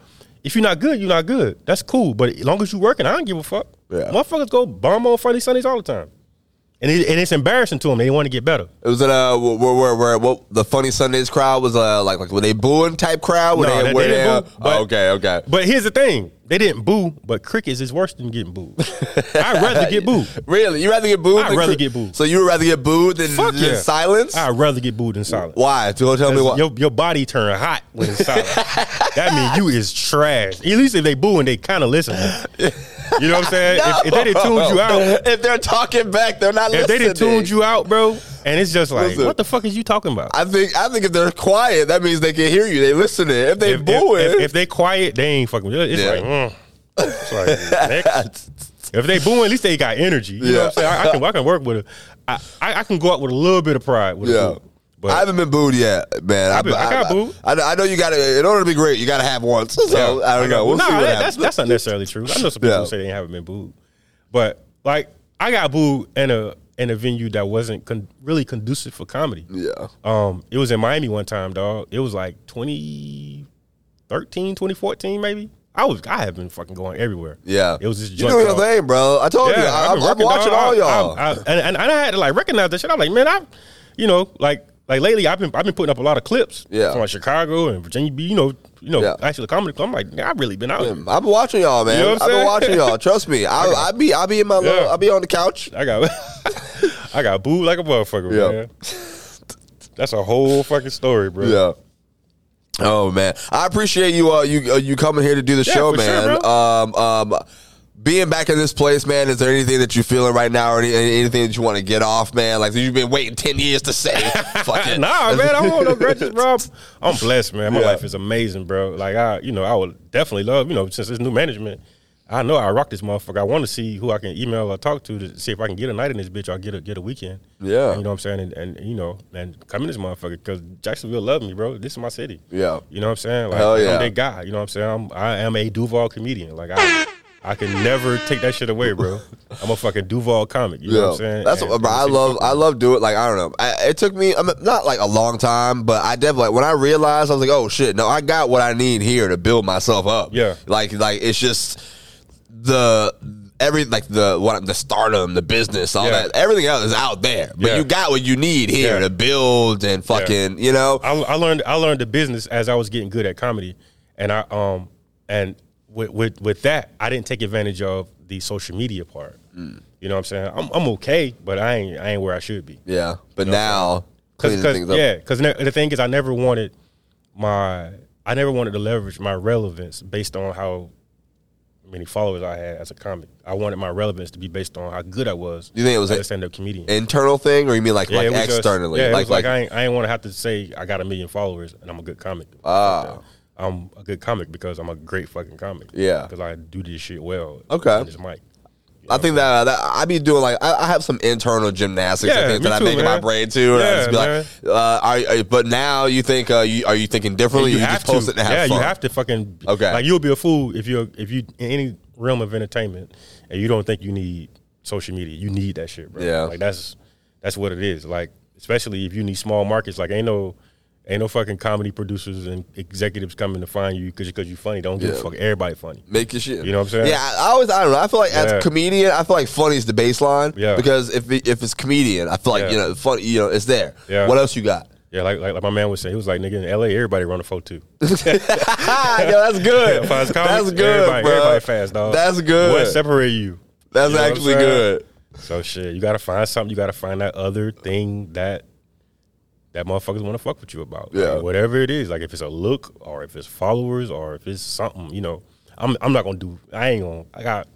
A: If you're not good, you're not good. That's cool. But as long as you working, I don't give a fuck.
B: Yeah.
A: Motherfuckers go bomb on Friday Sundays all the time. And, it, and it's embarrassing to them. They want to get better.
B: It was at uh where where, where, where what the funny Sundays crowd was uh like like were they booing type crowd? Were
A: No,
B: they,
A: they-
B: were
A: they
B: they,
A: didn't
B: uh,
A: boo, but-
B: oh, okay, okay.
A: But here's the thing. They didn't boo, but crickets is worse than getting
B: [LAUGHS]
A: booed. I'd rather get booed.
B: Really, you rather get booed?
A: I'd
B: than
A: rather
B: cri-
A: get booed.
B: So you would rather get booed than,
A: Fuck
B: than
A: yeah.
B: silence?
A: I'd rather get booed than silent.
B: Why? Don't tell me why.
A: Your, your body turn hot when it's silent. that mean you is trash. At least if they booing, they kind of listen. You know what I'm
B: [LAUGHS]
A: saying? if, if they didn't tune you out,
B: If they're talking back, they're not
A: if they
B: listening.
A: didn't tune you out, bro, and it's just like,
B: Listen.
A: what the fuck is you talking about?
B: I think I think if they're quiet, that means they can hear you. They listening. If they
A: if, if-
B: booing,
A: if-
B: [LAUGHS]
A: if they quiet, they ain't fucking. with it. It's
B: Yeah.
A: like, mm. It's like, next. if they booing, at least they got energy. You know what I'm saying?
B: Yeah.
A: I, I can I can work with it. I, I I can go out with a little bit of pride. With
B: yeah.
A: yeah, but
B: I haven't been booed yet, man. I,
A: been- I got booed.
B: I, I know you got to. In order to be great, you got to have once. [LAUGHS] So
A: Yeah.
B: I don't know. We'll
A: Nah,
B: see what
A: that-
B: happens.
A: that's, that's not necessarily true. I know some people
B: Yeah.
A: say they haven't been booed, but like I got booed in a in a venue that wasn't con- really conducive for comedy.
B: yeah.
A: Um, it was in Miami one time, dog. It was like 2013, 2014, maybe. I was I have been fucking going everywhere.
B: Yeah.
A: it was just
B: You do your thing, bro. I told you. I,
A: I've
B: I'm,
A: been
B: I'm
A: working,
B: watching
A: dog.
B: all
A: I-
B: y'all.
A: I- I- and, and I had to like recognize that shit. I'm like, man, I, you know, like like lately, I've been I've been putting up a lot of clips,
B: Yeah.
A: from like Chicago and Virginia. Beach, You know, you know,
B: Yeah.
A: actually the comedy. club. I'm like, man, I've really been out. here.
B: I've been watching y'all, man.
A: You know what
B: I've
A: I'm
B: been
A: saying?
B: watching y'all.
A: [LAUGHS]
B: Trust me. I, I be I be in my little,
A: Yeah.
B: I be on the couch.
A: I got [LAUGHS] I got booed like a motherfucker,
B: Yeah.
A: man. That's a whole fucking story, bro.
B: Yeah. Oh man, I appreciate you. Uh, you uh, you coming here to do the
A: Yeah,
B: show,
A: for sure,
B: man.
A: bro.
B: um, um, being back in this place, man. Is there anything that you're feeling right now, or any, anything that you want to get off, man? Like you've been waiting ten years to say. [LAUGHS] Fuck
A: [LAUGHS]
B: it.
A: Nah, man, I don't
B: [LAUGHS]
A: want no grudges, bro. I'm- I'm blessed, man. My
B: Yeah.
A: life is amazing, bro. Like I, you know, I would definitely love, you know, since it's new management. I know I rock this motherfucker. I want to see who I can email or talk to to see if I can get a night in this bitch or get a get a weekend.
B: Yeah.
A: you know what I'm saying, and, and you know, and come in this motherfucker because Jacksonville love me, bro. This is my city.
B: Yeah.
A: you know what I'm saying. Like,
B: Hell yeah.
A: I'm that guy. You know what I'm saying. I'm, I am a Duval comedian. Like I, I can never take that shit away,
B: [LAUGHS]
A: bro. I'm a fucking Duval comic. You know what I'm saying.
B: That's
A: And-
B: what, bro, I love. I love doing. Like I don't know. I, it took me I mean, not like a long time, but I definitely when I realized I was like, oh shit, no, I got what I need here to build myself up.
A: Yeah.
B: like like it's just the every like the what the stardom, the business, all
A: Yeah.
B: that, everything else is out there, but
A: Yeah.
B: you got what you need here
A: Yeah.
B: to build and fucking you know.
A: I, I learned I learned the business as I was getting good at comedy, and I um and with with, with that I didn't take advantage of the social media part.
B: Mm.
A: You know what I'm saying? I'm, I'm okay, but I ain't I ain't where I should be.
B: yeah, but now cleaning things up.
A: yeah, because the thing is, I never wanted my I never wanted to leverage my relevance based on how many followers I had as a comic. I wanted my relevance to be based on how good I was.
B: You think it was
A: as
B: like-
A: a stand up comedian?
B: Internal thing, or you mean like
A: it
B: like
A: was just-
B: externally,
A: yeah, it
B: like
A: was
B: like,
A: I ain't, I ain't want to have to say I got a million followers and I'm a good comic. uh,
B: Ah.
A: I'm a good comic because I'm a great fucking comic.
B: Yeah.
A: because I do this shit well.
B: Okay.
A: on this mic.
B: I think that, uh, that I be doing like I, I have some internal gymnastics and
A: Yeah,
B: things
A: me
B: that I
A: too,
B: make in my
A: man.
B: brain too, and I
A: Yeah,
B: just be
A: man.
B: like, uh, are, are, but now you think uh, you, are you thinking differently?
A: you,
B: or
A: have
B: just post
A: to.
B: it to have
A: yeah,
B: fun.
A: you have to fucking.
B: Okay.
A: like you'll be a fool if you're if you in any realm of entertainment and you don't think you need social media. You need that shit, bro.
B: Yeah.
A: like that's that's what it is. Like especially if you need small markets. Like ain't no. Ain't no fucking comedy producers and executives coming to find you because you funny. Don't give
B: Yeah.
A: a fuck. Everybody funny.
B: Make your shit.
A: You know what I'm saying?
B: Yeah, I, I always I don't know. I feel like as a
A: Yeah.
B: comedian, I feel like funny is the baseline.
A: Yeah.
B: Because if it- if it's comedian, I feel like
A: Yeah.
B: you know funny. You know it's there.
A: Yeah.
B: What else you got? [LAUGHS]
A: Yeah, like, like like my man would say, he was like, nigga, in LA, everybody run a 4 2.
B: Ah, yo,
A: [LAUGHS]
B: [LAUGHS] that's good.
A: Yeah, fast comic,
B: that's good,
A: everybody,
B: bro.
A: Everybody fast, dog.
B: That's good.
A: What separate you?
B: that's
A: You know what I'm
B: actually
A: saying?
B: good.
A: So shit, you gotta find something. You gotta find that other thing that that motherfuckers want to fuck with you about. Like,
B: Yeah.
A: whatever it is, like if it's a look or if it's followers or if it's something, you know, I'm I'm not gonna do. I ain't gonna. I got.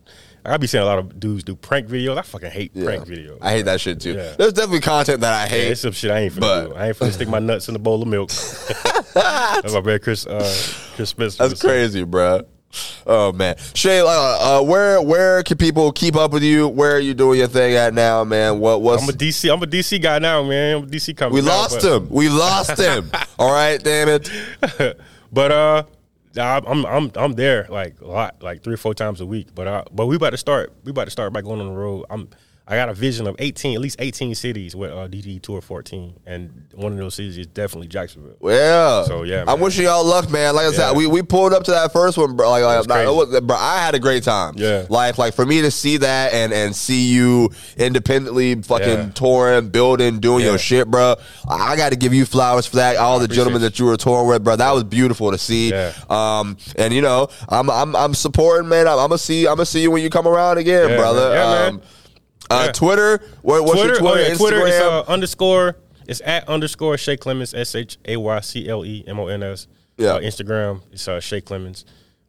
A: I be seeing a lot of dudes do prank videos. I fucking hate
B: Yeah.
A: prank videos.
B: I hate that shit too.
A: Yeah.
B: There's definitely content that I hate.
A: It's some shit I ain't finna
B: But-
A: do. I ain't finna stick
B: [LAUGHS]
A: my nuts in a bowl of milk. That's my man Chris uh, Chris Spencer. would
B: That's
A: say.
B: crazy, bro. Oh man, Shay, uh, uh, where where can people keep up with you? Where are you doing your thing at now, man? What what's
A: I'm a DC. I'm a DC guy now, man. I'm a DC comic.
B: we
A: now,
B: lost
A: but,
B: him? We lost him. All right, damn it.
A: But uh, I- I'm I'm I'm uh, there like a lot, like three or four times a week. But I but we about to start. We about to start by going on the road. I'm I got a vision of 18, at least 18 cities with uh, DD Tour 14, and one of those cities is definitely Jacksonville.
B: Yeah.
A: So, yeah,
B: I'm
A: man.
B: wishing y'all luck, man. Like I
A: Yeah.
B: said, we, we pulled up to that first one, bro. Like, like
A: was crazy.
B: it was- bro, I had a great time.
A: Yeah.
B: Like, like for me to see that and and see you independently fucking
A: Yeah.
B: touring, building, doing
A: Yeah.
B: your shit, bro. I got to give you flowers for that. All the gentlemen
A: appreciate
B: that you were touring with, bro. That was beautiful to see.
A: Yeah.
B: Um, and you know, I'm I'm I'm supporting, man. I'm, I'm gonna see I'm gonna see you when you come around again,
A: Yeah,
B: brother.
A: man. Yeah,
B: um,
A: man.
B: Uh,
A: Yeah.
B: Twitter, what, what's
A: Twitter,
B: your
A: oh,
B: Twitter?
A: yeah, Twitter is
B: Instagram?
A: uh, underscore. It's at underscore Shay Clemens S H A Y C L E M O N S.
B: Yeah.
A: Uh, Instagram it's uh, Shay Clemens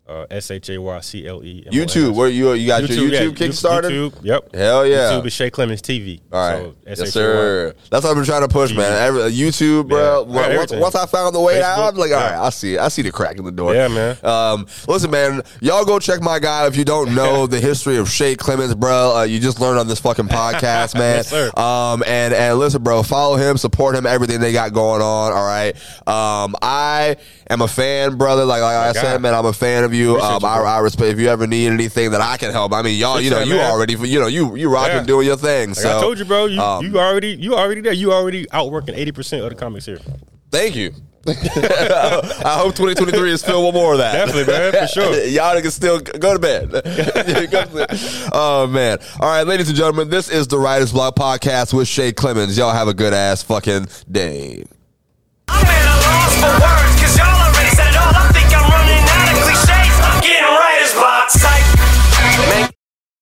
A: uh, S H A Y C L E. M O N S.
B: YouTube, where you you got your
A: yeah,
B: YouTube Kickstarter?
A: YouTube, yep.
B: Hell yeah.
A: YouTube is Shay Clemens TV.
B: All right, yes
A: S-H-A-Y.
B: sir. That's what I've been trying to push, man.
A: Yeah.
B: Every, YouTube, bro.
A: Yeah.
B: Once- Once,
A: Everything.
B: once I found the way
A: Facebook.
B: out, I'm like, all right,
A: Yeah.
B: I see, it. I see the crack in the door.
A: Yeah, man.
B: Um, listen, man, y'all go check my guy if
A: [LAUGHS]
B: you don't know the history of Shay Clemens, bro. Uh, you just learned on this fucking
A: [LAUGHS]
B: podcast, man.
A: Yes, sir.
B: Um, and and listen, bro, follow him, support him, everything they got going on. All right. Um, I am a fan, brother. Like, like I
A: God.
B: said, man, I'm a fan of you.
A: Appreciate
B: Um,
A: you,
B: I,
A: bro.
B: I respect if you ever need anything that I can help. I mean, y'all, you know,
A: Appreciate it,
B: you
A: man.
B: already, you know, you you rocking
A: Yeah.
B: doing your thing.
A: Like
B: so
A: I told you, bro. You,
B: um,
A: you already you already there. You already outworking eighty percent of the comics here.
B: Thank you. [LAUGHS] I hope 2023 is still one more of that.
A: Definitely, man,
B: [LAUGHS]
A: for sure.
B: Y'all niggas still g- go to bed. [LAUGHS] Go to sleep. oh, man. All right, ladies and gentlemen, this is the Writer's Block Podcast with Shay Clemens. Y'all have a good ass fucking day.
C: I'm at a loss for words.